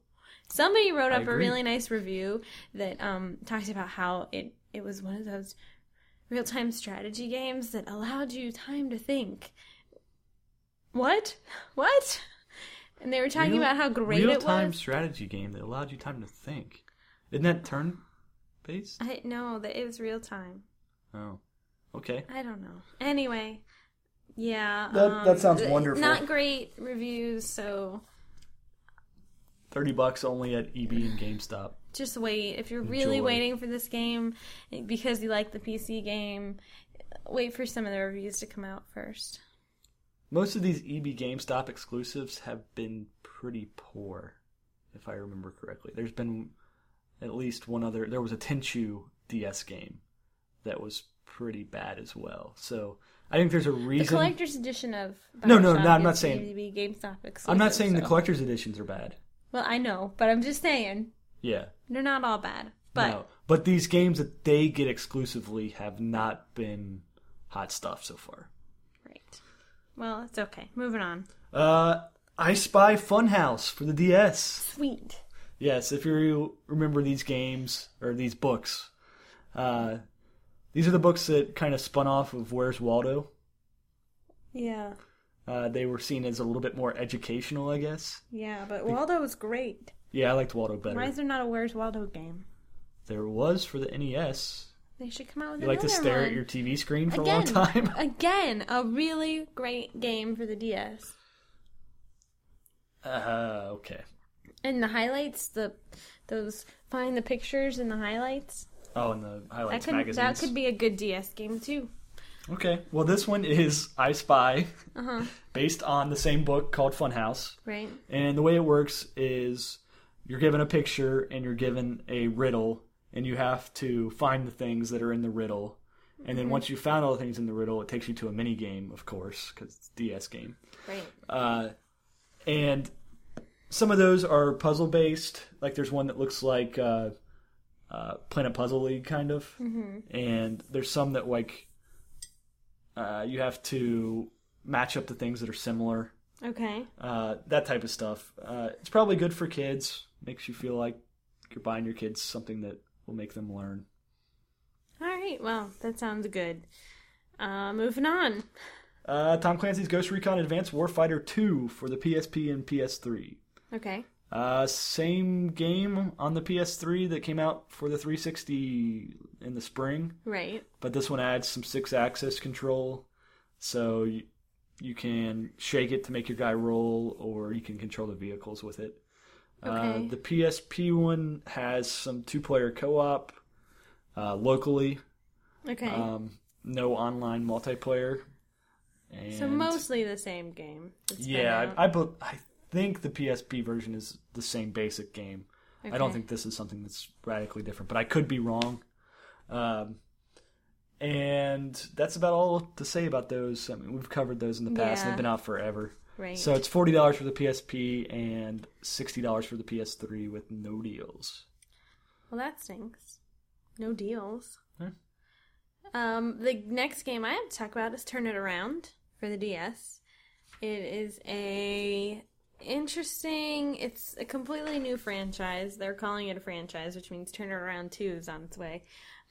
[SPEAKER 1] Somebody wrote
[SPEAKER 2] I
[SPEAKER 1] up a
[SPEAKER 2] agree.
[SPEAKER 1] really nice review that um talks about how it it was one of those real time strategy games that allowed you time to think. What? What? And they were talking
[SPEAKER 2] Real-
[SPEAKER 1] about how great it
[SPEAKER 2] real-time
[SPEAKER 1] was.
[SPEAKER 2] strategy game that allowed you time to think. Isn't that turn based?
[SPEAKER 1] I no, that it was real time.
[SPEAKER 2] Oh, okay.
[SPEAKER 1] I don't know. Anyway, yeah.
[SPEAKER 2] That-
[SPEAKER 1] um,
[SPEAKER 2] that sounds
[SPEAKER 1] th-
[SPEAKER 2] wonderful.
[SPEAKER 1] Not great reviews, so
[SPEAKER 2] Thirty bucks only at EB and GameStop.
[SPEAKER 1] just wait. If you're really
[SPEAKER 2] Enjoy.
[SPEAKER 1] waiting for this game eh, because you like the PC game, wait for some of the reviews to come out first.
[SPEAKER 2] Most of these EB GameStop exclusives have been pretty poor, if I remember correctly. There's been at least one other. There was a Tenchu DS game that was pretty bad as well. So I think there's a
[SPEAKER 1] The
[SPEAKER 2] reason.
[SPEAKER 1] collector's edition of
[SPEAKER 2] No, no,
[SPEAKER 1] Bioshock
[SPEAKER 2] no, I'm
[SPEAKER 1] is
[SPEAKER 2] not saying-
[SPEAKER 1] GBB GameStop exclusive.
[SPEAKER 2] I'm not saying the
[SPEAKER 1] so-
[SPEAKER 2] collector's editions are bad.
[SPEAKER 1] Well, I know, but I'm just saying
[SPEAKER 2] Yeah.
[SPEAKER 1] they're not all bad. But
[SPEAKER 2] no. but these games that they get exclusively have not been hot stuff so far.
[SPEAKER 1] right. Well, it's okay. Moving on.
[SPEAKER 2] Uh, I Spy Funhouse for the DS.
[SPEAKER 1] Sweet.
[SPEAKER 2] Yes, if you remember these games or these books, uh, these are the books that kind of spun off of Where's Waldo.
[SPEAKER 1] Yeah.
[SPEAKER 2] Uh, they were seen as a little bit more educational, I guess.
[SPEAKER 1] Yeah, but Waldo was great.
[SPEAKER 2] Yeah, I liked Waldo better.
[SPEAKER 1] Why is there not a Where's Waldo game?
[SPEAKER 2] There was for the NES.
[SPEAKER 1] They should come out with
[SPEAKER 2] You
[SPEAKER 1] another
[SPEAKER 2] like to stare
[SPEAKER 1] one.
[SPEAKER 2] at your TV screen for
[SPEAKER 1] again,
[SPEAKER 2] a long time.
[SPEAKER 1] again, a really great game for the DS.
[SPEAKER 2] Uh, okay.
[SPEAKER 1] And the highlights, the those find the pictures in the highlights.
[SPEAKER 2] Oh, and the highlights
[SPEAKER 1] that could that
[SPEAKER 2] magazines.
[SPEAKER 1] could be a good DS game too.
[SPEAKER 2] Okay. Well, this one is I Spy,
[SPEAKER 1] Uh huh.
[SPEAKER 2] based on the same book called Funhouse.
[SPEAKER 1] Right.
[SPEAKER 2] And the way it works is you're given a picture and you're given a riddle, and you have to find the things that are in the riddle. And then once you found all the things in the riddle, it takes you to a mini game, of course, because it's a DS game.
[SPEAKER 1] Right.
[SPEAKER 2] Uh, and some of those are puzzle based. Like there's one that looks like uh, uh, Planet Puzzle League, kind of. And there's some that like uh, you have to match up the things that are similar
[SPEAKER 1] Okay.
[SPEAKER 2] uh, that type of stuff. Uh, it's probably good for kids. Makes you feel like you're buying your kids something that will make them learn.
[SPEAKER 1] All right. Well, that sounds good. Uh, moving on.
[SPEAKER 2] Uh, Tom Clancy's Ghost Recon Advanced Warfighter 2 for the PSP and PS3.
[SPEAKER 1] Okay.
[SPEAKER 2] Uh, same game on the PS3 that came out for the 360 in the spring,
[SPEAKER 1] Right.
[SPEAKER 2] but this one adds some six-axis control, so you, you can shake it to make your guy roll, or you can control the vehicles with it.
[SPEAKER 1] Okay.
[SPEAKER 2] Uh, the PSP one has some two-player co-op uh, locally,
[SPEAKER 1] Okay.
[SPEAKER 2] um, no online multiplayer. And
[SPEAKER 1] so mostly the same game. that's been
[SPEAKER 2] yeah,
[SPEAKER 1] out.
[SPEAKER 2] I, I, bel- I think the PSP version is the same basic game. I don't
[SPEAKER 1] Okay.
[SPEAKER 2] think this is something that's radically different, but I could be wrong. Um, and that's about all to say about those. I mean, we've covered those in the past, and
[SPEAKER 1] Yeah.
[SPEAKER 2] they've been out forever.
[SPEAKER 1] right.
[SPEAKER 2] So it's forty dollars for the PSP and sixty dollars for the PS3 with no deals.
[SPEAKER 1] well, that stinks. No deals.
[SPEAKER 2] Yeah.
[SPEAKER 1] Um, the next game I have to talk about is Turn It Around for the DS. It is a interesting. It's a completely new franchise. They're calling it a franchise, which means Turn It Around Two is on its way.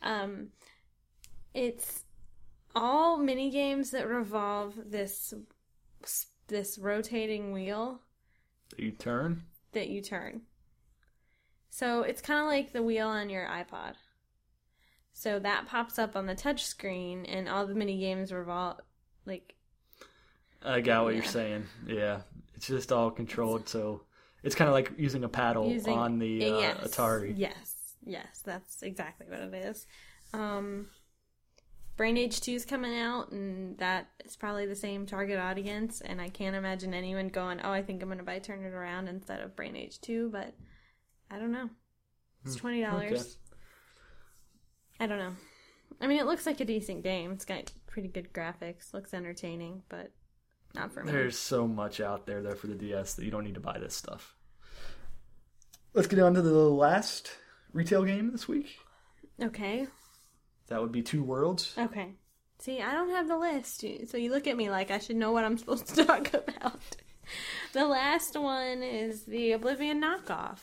[SPEAKER 1] Um, it's all mini games that revolve this this rotating wheel
[SPEAKER 2] You turn.
[SPEAKER 1] that you turn. So it's kind of like the wheel on your iPod. So that pops up on the touch screen, and all the mini games revolve like
[SPEAKER 2] I got what
[SPEAKER 1] Yeah.
[SPEAKER 2] you're saying. Yeah, it's just all controlled. So it's kind of like using a paddle
[SPEAKER 1] using
[SPEAKER 2] Oh, on the uh,
[SPEAKER 1] yes,
[SPEAKER 2] Atari.
[SPEAKER 1] Yes, yes, that's exactly what it is. Um, Brain Age Two is coming out, and that is probably the same target audience. And I can't imagine anyone going, "Oh, I think I'm going to buy Turn It Around instead of Brain Age 2, But I don't know. It's twenty dollars.
[SPEAKER 2] Hmm. Okay.
[SPEAKER 1] I don't know. I mean, it looks like a decent game. It's got pretty good graphics. Looks entertaining, but not for me.
[SPEAKER 2] There's so much out there though for the DS that you don't need to buy this stuff. Let's get on to the last retail game this week.
[SPEAKER 1] Okay.
[SPEAKER 2] That would be Two Worlds.
[SPEAKER 1] Okay. See, I don't have the list, you- so you look at me like I should know what I'm supposed to talk about. the last one is the Oblivion knockoff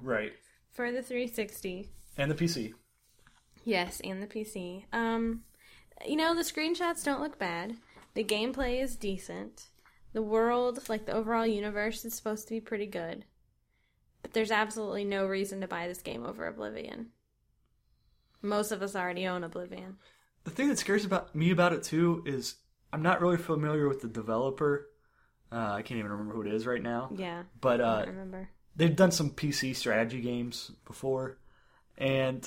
[SPEAKER 2] Right.
[SPEAKER 1] for the 360.
[SPEAKER 2] And the PC.
[SPEAKER 1] Yes, and the PC. Um, you know, the screenshots don't look bad. The gameplay is decent. The world, like the overall universe, is supposed to be pretty good. But there's absolutely no reason to buy this game over Oblivion. Most of us already own Oblivion.
[SPEAKER 2] The thing that scares about me about it too is I'm not really familiar with the developer. Uh, I can't even remember who it is right now.
[SPEAKER 1] Yeah,
[SPEAKER 2] But
[SPEAKER 1] I
[SPEAKER 2] uh,
[SPEAKER 1] don't remember.
[SPEAKER 2] they've done some PC strategy games before, and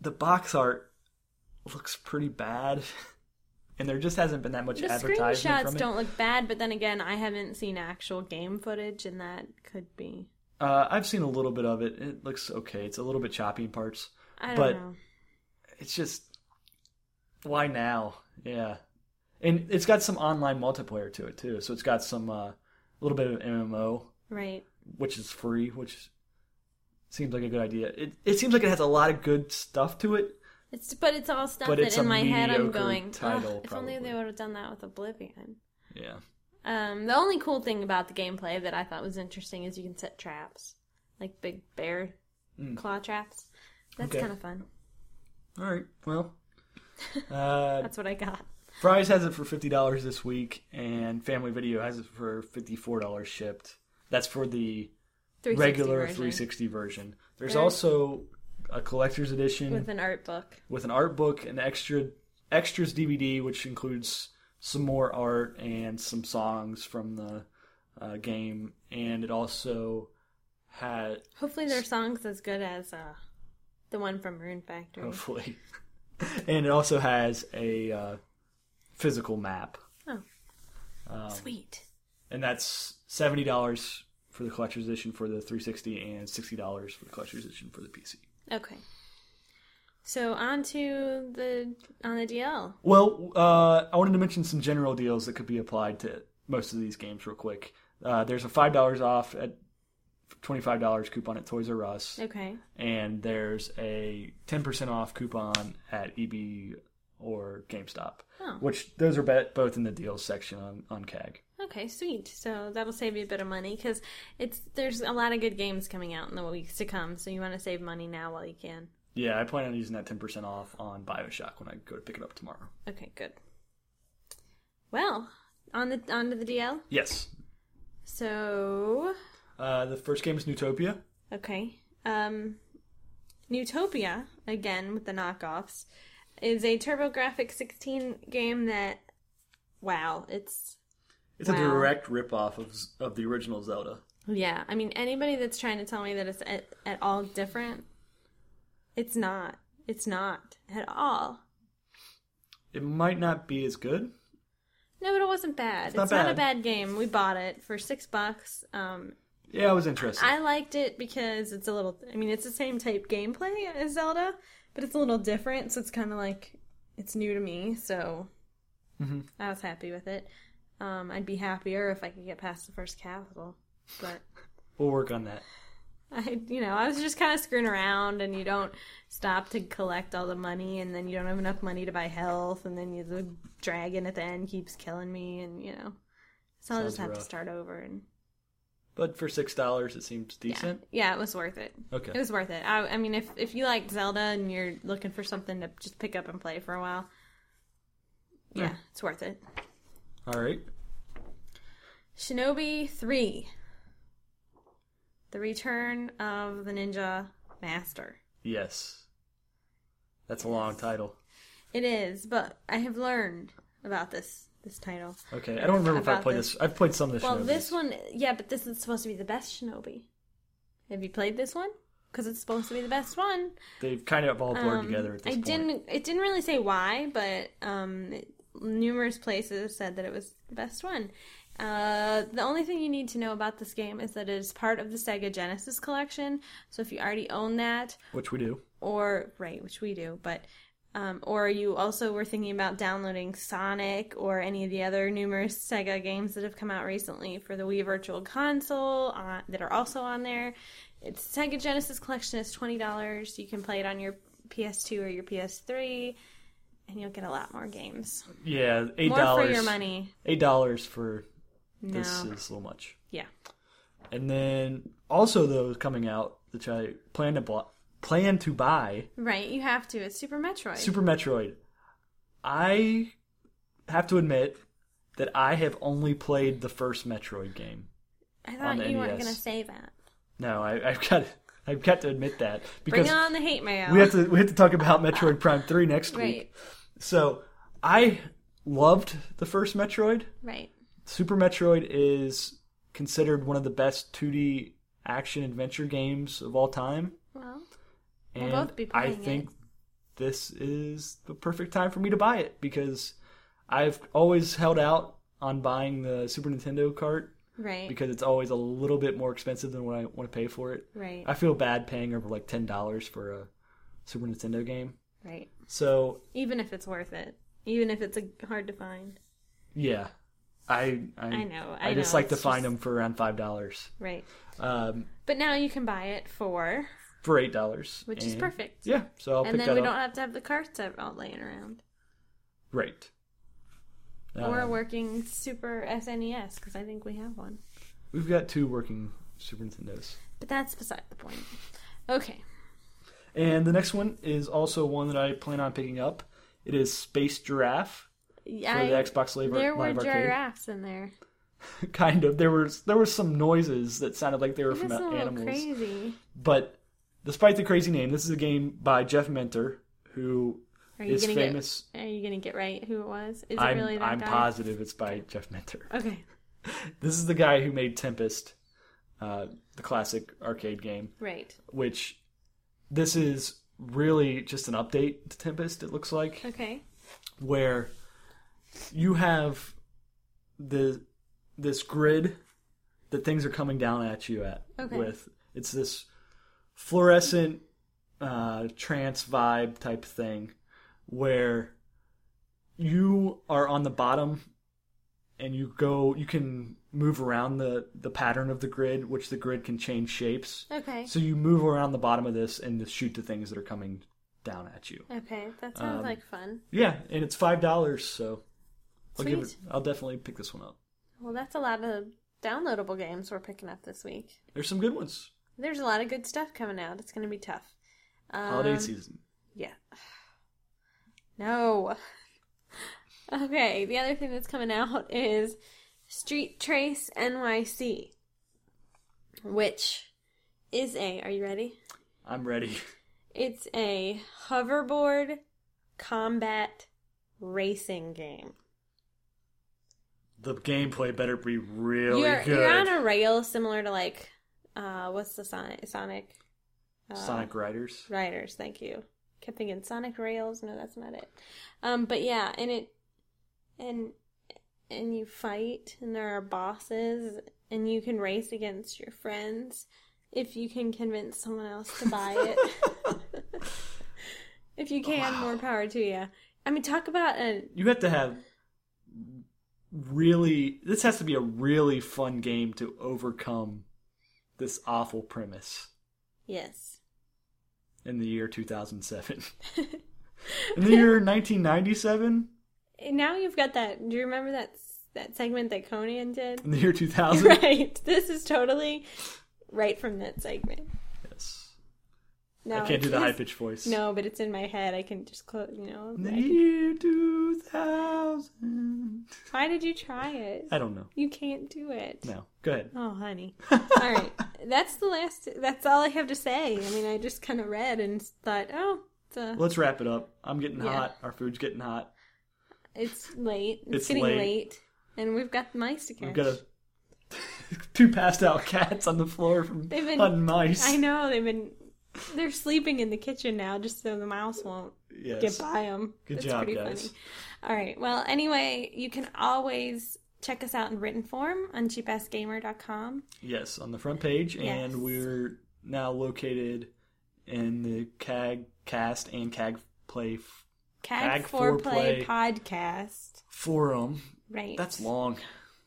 [SPEAKER 2] the box art looks pretty bad, and there just hasn't been that much
[SPEAKER 1] The
[SPEAKER 2] advertisement from
[SPEAKER 1] screenshots
[SPEAKER 2] it.
[SPEAKER 1] don't look bad, but then again, I haven't seen actual game footage, and that could be.
[SPEAKER 2] Uh, I've seen a little bit of it. It looks okay. It's a little bit choppy in parts.
[SPEAKER 1] I don't
[SPEAKER 2] But-
[SPEAKER 1] know.
[SPEAKER 2] It's just why now? Yeah, and it's got some online multiplayer to it too. So it's got some uh, little bit of MMO,
[SPEAKER 1] Right.
[SPEAKER 2] which is free, which seems like a good idea. It it seems like it has a lot of good stuff to it.
[SPEAKER 1] It's but it's all stuff
[SPEAKER 2] But
[SPEAKER 1] that
[SPEAKER 2] it's
[SPEAKER 1] in
[SPEAKER 2] a
[SPEAKER 1] my head I'm
[SPEAKER 2] mediocre
[SPEAKER 1] going. "Ugh,
[SPEAKER 2] title,
[SPEAKER 1] if only they
[SPEAKER 2] probably."
[SPEAKER 1] would have done that with Oblivion.
[SPEAKER 2] Yeah,
[SPEAKER 1] Um, the only cool thing about the gameplay that I thought was interesting is you can set traps, like big bear claw traps. That's
[SPEAKER 2] Hmm. Okay.
[SPEAKER 1] kind of fun.
[SPEAKER 2] All right. Well, uh,
[SPEAKER 1] That's what I got.
[SPEAKER 2] Fry's has it for fifty dollars this week, and Family Video has it for fifty four dollars shipped. That's for the
[SPEAKER 1] 360
[SPEAKER 2] regular
[SPEAKER 1] version
[SPEAKER 2] 360 version. There's
[SPEAKER 1] Right.
[SPEAKER 2] also a collector's edition
[SPEAKER 1] with
[SPEAKER 2] with,
[SPEAKER 1] an art book.
[SPEAKER 2] an art book, an extra extras DVD, which includes some more art and some songs from the uh, game, and it also had
[SPEAKER 1] Hopefully, their song's as good as uh, the one from Rune Factory.
[SPEAKER 2] hopefully, and it also has a uh, physical map,
[SPEAKER 1] Oh, sweet.
[SPEAKER 2] and that's seventy dollars for the collector's edition for the 360 and sixty dollars for the collector's edition for the PC.
[SPEAKER 1] Okay. So on to the on the DL.
[SPEAKER 2] Well, uh, I wanted to mention some general deals that could be applied to most of these games real quick. Uh, there's a five dollars off at twenty-five dollars coupon at Toys R Us,
[SPEAKER 1] Okay.
[SPEAKER 2] and there's a ten percent off coupon at EB or GameStop,
[SPEAKER 1] Oh.
[SPEAKER 2] which those are bet- both in the deals section on on CAG.
[SPEAKER 1] Okay, sweet. So that'll save you a bit of money because it's there's a lot of good games coming out in the weeks to come. So you want to save money now while you can.
[SPEAKER 2] Yeah, I plan on using that ten percent off on Bioshock when I go to pick it up tomorrow.
[SPEAKER 1] Okay, good. Well, on the onto the DL.
[SPEAKER 2] Yes.
[SPEAKER 1] So
[SPEAKER 2] Uh, the first game is Newtopia.
[SPEAKER 1] okay, um, Newtopia again with the knockoffs is a TurboGrafx 16 game that wow, it's
[SPEAKER 4] It's a
[SPEAKER 1] Wow.
[SPEAKER 4] direct ripoff of Z- of the original Zelda.
[SPEAKER 1] yeah. I mean, anybody that's trying to tell me that it's at, at all different, it's not. It's not at all.
[SPEAKER 2] It might not be as good.
[SPEAKER 1] No, but it wasn't bad. It's,
[SPEAKER 2] not
[SPEAKER 1] not, a
[SPEAKER 2] bad.
[SPEAKER 1] bad game. We bought it for six bucks. Um,
[SPEAKER 2] Yeah, I was interested.
[SPEAKER 1] I liked it because it's a little. I mean, it's the same type gameplay as Zelda, but it's a little different. So it's kind of like it's new to me. So
[SPEAKER 2] Mm-hmm.
[SPEAKER 1] I was happy with it. Um, I'd be happier if I could get past the first capital, but
[SPEAKER 2] We'll work on that.
[SPEAKER 1] I, you know, I was just kind of screwing around, and you don't stop to collect all the money, and then you don't have enough money to buy health, and then you, the dragon at the end keeps killing me, and you know, so I'll just
[SPEAKER 2] Sounds
[SPEAKER 1] have to
[SPEAKER 2] rough.
[SPEAKER 1] start over. And
[SPEAKER 2] But for six dollars, it seems decent.
[SPEAKER 1] yeah, it was worth it.
[SPEAKER 2] Okay.
[SPEAKER 1] It was worth it. I, I mean, if if you like Zelda and you're looking for something to just pick up and play for a while, yeah, it's worth it.
[SPEAKER 2] All right.
[SPEAKER 1] Shinobi Three: The Return of the Ninja Master.
[SPEAKER 2] Yes. That's a long title.
[SPEAKER 1] It is, but I have learned about this this title.
[SPEAKER 2] Okay, I don't remember if I
[SPEAKER 1] About
[SPEAKER 2] played
[SPEAKER 1] this-
[SPEAKER 2] this. I've played some of this.
[SPEAKER 1] Well,
[SPEAKER 2] Shinobis.
[SPEAKER 1] this one, yeah, but this is supposed to be the best Shinobi. Have you played this one? Because it's supposed to be the best one.
[SPEAKER 2] they've kind of all blurred
[SPEAKER 1] Um,
[SPEAKER 2] together at this
[SPEAKER 1] I
[SPEAKER 2] point.
[SPEAKER 1] didn't. It didn't really say why, but um, it- numerous places said that it was the best one. Uh, the only thing you need to know about this game is that it is part of the Sega Genesis collection. So if you already own that,
[SPEAKER 2] which we do.
[SPEAKER 1] or right, which we do, but um, or you also were thinking about downloading Sonic or any of the other numerous Sega games that have come out recently for the Wii Virtual Console uh, that are also on there. It's Sega Genesis Collection is twenty dollars. You can play it on your PS2 or your PS3, and you'll get a lot more games.
[SPEAKER 2] Yeah, eight
[SPEAKER 1] More
[SPEAKER 2] dollars
[SPEAKER 1] for your money.
[SPEAKER 2] Eight dollars for this
[SPEAKER 1] No.
[SPEAKER 2] is a little much.
[SPEAKER 1] Yeah.
[SPEAKER 2] And then also those coming out, which I plan to blo- plan to buy
[SPEAKER 1] Right. You have to. It's Super Metroid.
[SPEAKER 2] Super Metroid. I have to admit that I have only played the first Metroid game.
[SPEAKER 1] I
[SPEAKER 2] on E
[SPEAKER 1] thought you weren't
[SPEAKER 2] NES.
[SPEAKER 1] gonna say that.
[SPEAKER 2] No, I, I've got I've got to admit that because
[SPEAKER 1] Bring on the hate mail.
[SPEAKER 2] we have to we have to talk about Metroid Prime Three next
[SPEAKER 1] right.
[SPEAKER 2] week. So I loved the first Metroid.
[SPEAKER 1] Right.
[SPEAKER 2] Super Metroid is considered one of the best 2D action adventure games of all time.
[SPEAKER 1] Well.
[SPEAKER 2] And
[SPEAKER 1] both be
[SPEAKER 2] I
[SPEAKER 1] playing
[SPEAKER 2] think this is the perfect time for me to buy it because I've always held out on buying the Super Nintendo cart
[SPEAKER 1] Right.
[SPEAKER 2] because it's always a little bit more expensive than what I want to pay for it.
[SPEAKER 1] right.
[SPEAKER 2] I feel bad paying over like $10 for a Super Nintendo game.
[SPEAKER 1] right.
[SPEAKER 2] So,
[SPEAKER 1] Even if it's worth it. Even if it's a, hard to find.
[SPEAKER 2] yeah. I I,
[SPEAKER 1] I know,
[SPEAKER 2] I,
[SPEAKER 1] I
[SPEAKER 2] just
[SPEAKER 1] know,
[SPEAKER 2] like to
[SPEAKER 1] it's
[SPEAKER 2] find
[SPEAKER 1] just-
[SPEAKER 2] them for around $5.
[SPEAKER 1] Right.
[SPEAKER 2] Um
[SPEAKER 1] But now you can buy it for,
[SPEAKER 2] for eight dollars,
[SPEAKER 1] which is perfect.
[SPEAKER 2] Mm-hmm. Yeah, so I'll
[SPEAKER 1] and
[SPEAKER 2] pick
[SPEAKER 1] then
[SPEAKER 2] that
[SPEAKER 1] we
[SPEAKER 2] up.
[SPEAKER 1] don't have to have the carts out out laying around.
[SPEAKER 2] Right.
[SPEAKER 1] or a
[SPEAKER 2] Um,
[SPEAKER 1] working Super SNES, because I think we have one.
[SPEAKER 2] we've got two working Super Nintendos,
[SPEAKER 1] But that's beside the point. Okay.
[SPEAKER 2] and the next one is also one that I plan on picking up. It is Space Giraffe for
[SPEAKER 1] Yeah.
[SPEAKER 2] the Xbox Live,
[SPEAKER 1] there were
[SPEAKER 2] Live Arcade.
[SPEAKER 1] giraffes in there.
[SPEAKER 2] kind of. There was there were some noises that sounded like they were
[SPEAKER 1] It
[SPEAKER 2] from
[SPEAKER 1] was a little
[SPEAKER 2] animals.
[SPEAKER 1] crazy.
[SPEAKER 2] But despite the crazy name, this is a game by Jeff Mentor, who
[SPEAKER 1] Are you
[SPEAKER 2] is
[SPEAKER 1] gonna
[SPEAKER 2] famous.
[SPEAKER 1] get? Are you gonna get right who it was? Is
[SPEAKER 2] I'm
[SPEAKER 1] it really that
[SPEAKER 2] I'm
[SPEAKER 1] guy?
[SPEAKER 2] positive it's by Jeff Mentor.
[SPEAKER 1] Okay.
[SPEAKER 2] This is the guy who made Tempest, uh, the classic arcade game,
[SPEAKER 1] Right.
[SPEAKER 2] which this is really just an update to Tempest, it looks like,
[SPEAKER 1] Okay.
[SPEAKER 2] where you have the this grid that things are coming down at you at
[SPEAKER 1] Okay.
[SPEAKER 2] with. It's this fluorescent uh, trance vibe type thing where you are on the bottom and you go you can move around the the pattern of the grid which the grid can change shapes
[SPEAKER 1] Okay.
[SPEAKER 2] so you move around the bottom of this and just shoot the things that are coming down at you
[SPEAKER 1] Okay. That sounds
[SPEAKER 2] Um,
[SPEAKER 1] like fun.
[SPEAKER 2] yeah and it's five dollars so I'll, give it,
[SPEAKER 1] Sweet.
[SPEAKER 2] I'll definitely pick this one up
[SPEAKER 1] Well, that's a lot of downloadable games we're picking up this week.
[SPEAKER 2] there's some good ones
[SPEAKER 1] There's a lot of good stuff coming out. It's going to be tough. Um,
[SPEAKER 2] holiday season
[SPEAKER 1] Yeah. No. Okay, the other thing that's coming out is Street Trace NYC, which is a, are you ready?
[SPEAKER 2] I'm ready.
[SPEAKER 1] It's a hoverboard combat racing game.
[SPEAKER 2] The gameplay better be really
[SPEAKER 1] You're,
[SPEAKER 2] good.
[SPEAKER 1] you're on a rail similar to like, uh, what's the Sonic? Sonic uh,
[SPEAKER 2] Sonic Riders.
[SPEAKER 1] Riders, thank you. Kept thinking Sonic Rails. No, that's not it. Um, but yeah, and it and and you fight, and there are bosses, and you can race against your friends if you can convince someone else to buy it. if you can, more power to you. I mean, talk about uh, a
[SPEAKER 2] You have to have really. This has to be a really fun game to overcome this awful premise
[SPEAKER 1] yes.
[SPEAKER 2] in the year 2007. in the year 1997.
[SPEAKER 1] And now you've got that. Do you remember that s- that segment that Conan did?
[SPEAKER 2] In the year 2000.
[SPEAKER 1] right. This is totally right from that segment.
[SPEAKER 2] Yes.
[SPEAKER 1] No,
[SPEAKER 2] I can't do the high
[SPEAKER 1] it's-
[SPEAKER 2] pitched voice.
[SPEAKER 1] No, but it's in my head. I can just close, you know.
[SPEAKER 2] In the
[SPEAKER 1] I can-
[SPEAKER 2] year 2000.
[SPEAKER 1] Why did you try it?
[SPEAKER 2] I don't know.
[SPEAKER 1] You can't do it.
[SPEAKER 2] No. Go ahead.
[SPEAKER 1] Oh, honey. all right. That's the last, that's all I have to say. I mean, I just kind of read and thought, oh, it's, uh,
[SPEAKER 2] Let's wrap it up. I'm getting
[SPEAKER 1] Yeah.
[SPEAKER 2] hot. Our food's getting hot.
[SPEAKER 1] it's late. It's,
[SPEAKER 2] It's
[SPEAKER 1] getting
[SPEAKER 2] late.
[SPEAKER 1] late. And we've got mice to catch.
[SPEAKER 2] We've got a, two passed out cats on the floor from
[SPEAKER 1] They've been-
[SPEAKER 2] on mice.
[SPEAKER 1] I know. They've been, they're sleeping in the kitchen now just so the mouse won't
[SPEAKER 2] Yes.
[SPEAKER 1] get by them.
[SPEAKER 2] Good
[SPEAKER 1] That's
[SPEAKER 2] job,
[SPEAKER 1] pretty
[SPEAKER 2] guys.
[SPEAKER 1] funny. All right. Well, anyway, you can always check us out in written form on cheapassgamer.com.
[SPEAKER 2] Yes, on the front page,
[SPEAKER 1] Yes.
[SPEAKER 2] and we're now located in the CAG cast and CAG play f-
[SPEAKER 1] CAG,
[SPEAKER 2] Cag
[SPEAKER 1] Foreplay
[SPEAKER 2] Foreplay.
[SPEAKER 1] Podcast.
[SPEAKER 2] forum.
[SPEAKER 1] Right.
[SPEAKER 2] That's long.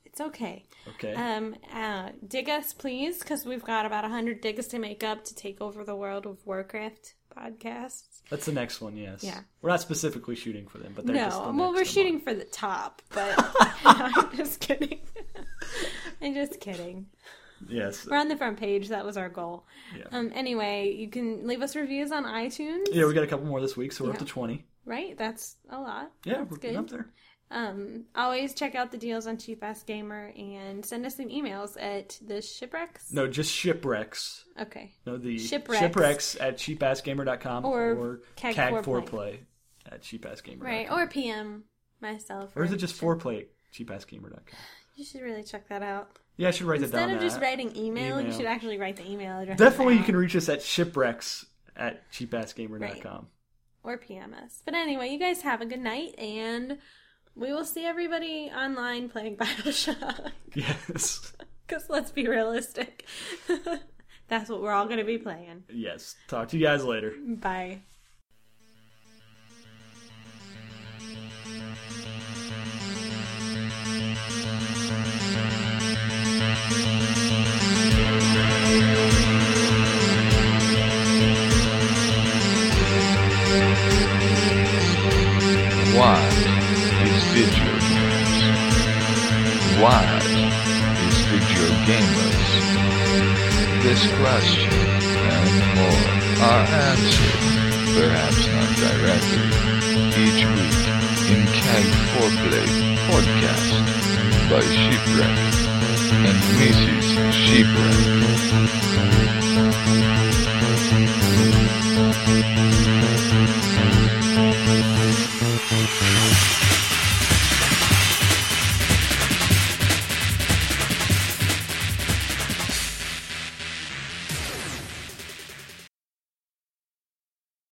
[SPEAKER 1] It's okay.
[SPEAKER 2] Okay.
[SPEAKER 1] Um, uh, dig us, please, because we've got about 100 digs to make up to take over the world of Warcraft podcasts.
[SPEAKER 2] That's the next one. Yes.
[SPEAKER 1] yeah.
[SPEAKER 2] We're not specifically shooting for them, but they're just the
[SPEAKER 1] no, well,
[SPEAKER 2] next
[SPEAKER 1] we're shooting
[SPEAKER 2] among-
[SPEAKER 1] for the top, but I'm just kidding. I'm just kidding.
[SPEAKER 2] Yes.
[SPEAKER 1] We're on the front page. That was our goal.
[SPEAKER 2] Yeah.
[SPEAKER 1] Um, anyway, you can leave us reviews on iTunes.
[SPEAKER 2] yeah, we got a couple more this week, so we're up
[SPEAKER 1] Yeah.
[SPEAKER 2] to twenty.
[SPEAKER 1] Right? That's a lot.
[SPEAKER 2] Yeah, we're getting
[SPEAKER 1] good.
[SPEAKER 2] up there.
[SPEAKER 1] Um, always check out the deals on Cheap Ass Gamer and send us some emails at the shipwrecks.
[SPEAKER 2] No, just shipwrecks.
[SPEAKER 1] Okay.
[SPEAKER 2] No, the
[SPEAKER 1] Shipwrecks.
[SPEAKER 2] shipwrecks, at cheapassgamer.com
[SPEAKER 1] Or
[SPEAKER 2] or,
[SPEAKER 1] Cag
[SPEAKER 2] cag,
[SPEAKER 1] Foreplay.
[SPEAKER 2] foreplay. at cheapassgamer.
[SPEAKER 1] Right. Or PM myself.
[SPEAKER 2] or is it just foreplay at cheapassgamer.com?
[SPEAKER 1] You should really check that out.
[SPEAKER 2] Yeah, I should write that
[SPEAKER 1] Instead
[SPEAKER 2] down.
[SPEAKER 1] of just
[SPEAKER 2] Uh,
[SPEAKER 1] writing email, you
[SPEAKER 2] email.
[SPEAKER 1] should actually write the email address.
[SPEAKER 2] Definitely, you
[SPEAKER 1] out.
[SPEAKER 2] can reach us at shipwrecks at cheapassgamer.com.
[SPEAKER 1] Or PM us. But anyway, you guys have a good night and we will see everybody online playing Bioshock.
[SPEAKER 2] Yes.
[SPEAKER 1] Because let's be realistic. That's what we're all going to be playing.
[SPEAKER 2] Yes. Talk to you guys later.
[SPEAKER 1] Bye.
[SPEAKER 5] What is video games? What is video gamers? This question and more are answered, perhaps not directly, each week in CAG Foreplay Podcast by Shipwreck and Mrs. Shipwreck.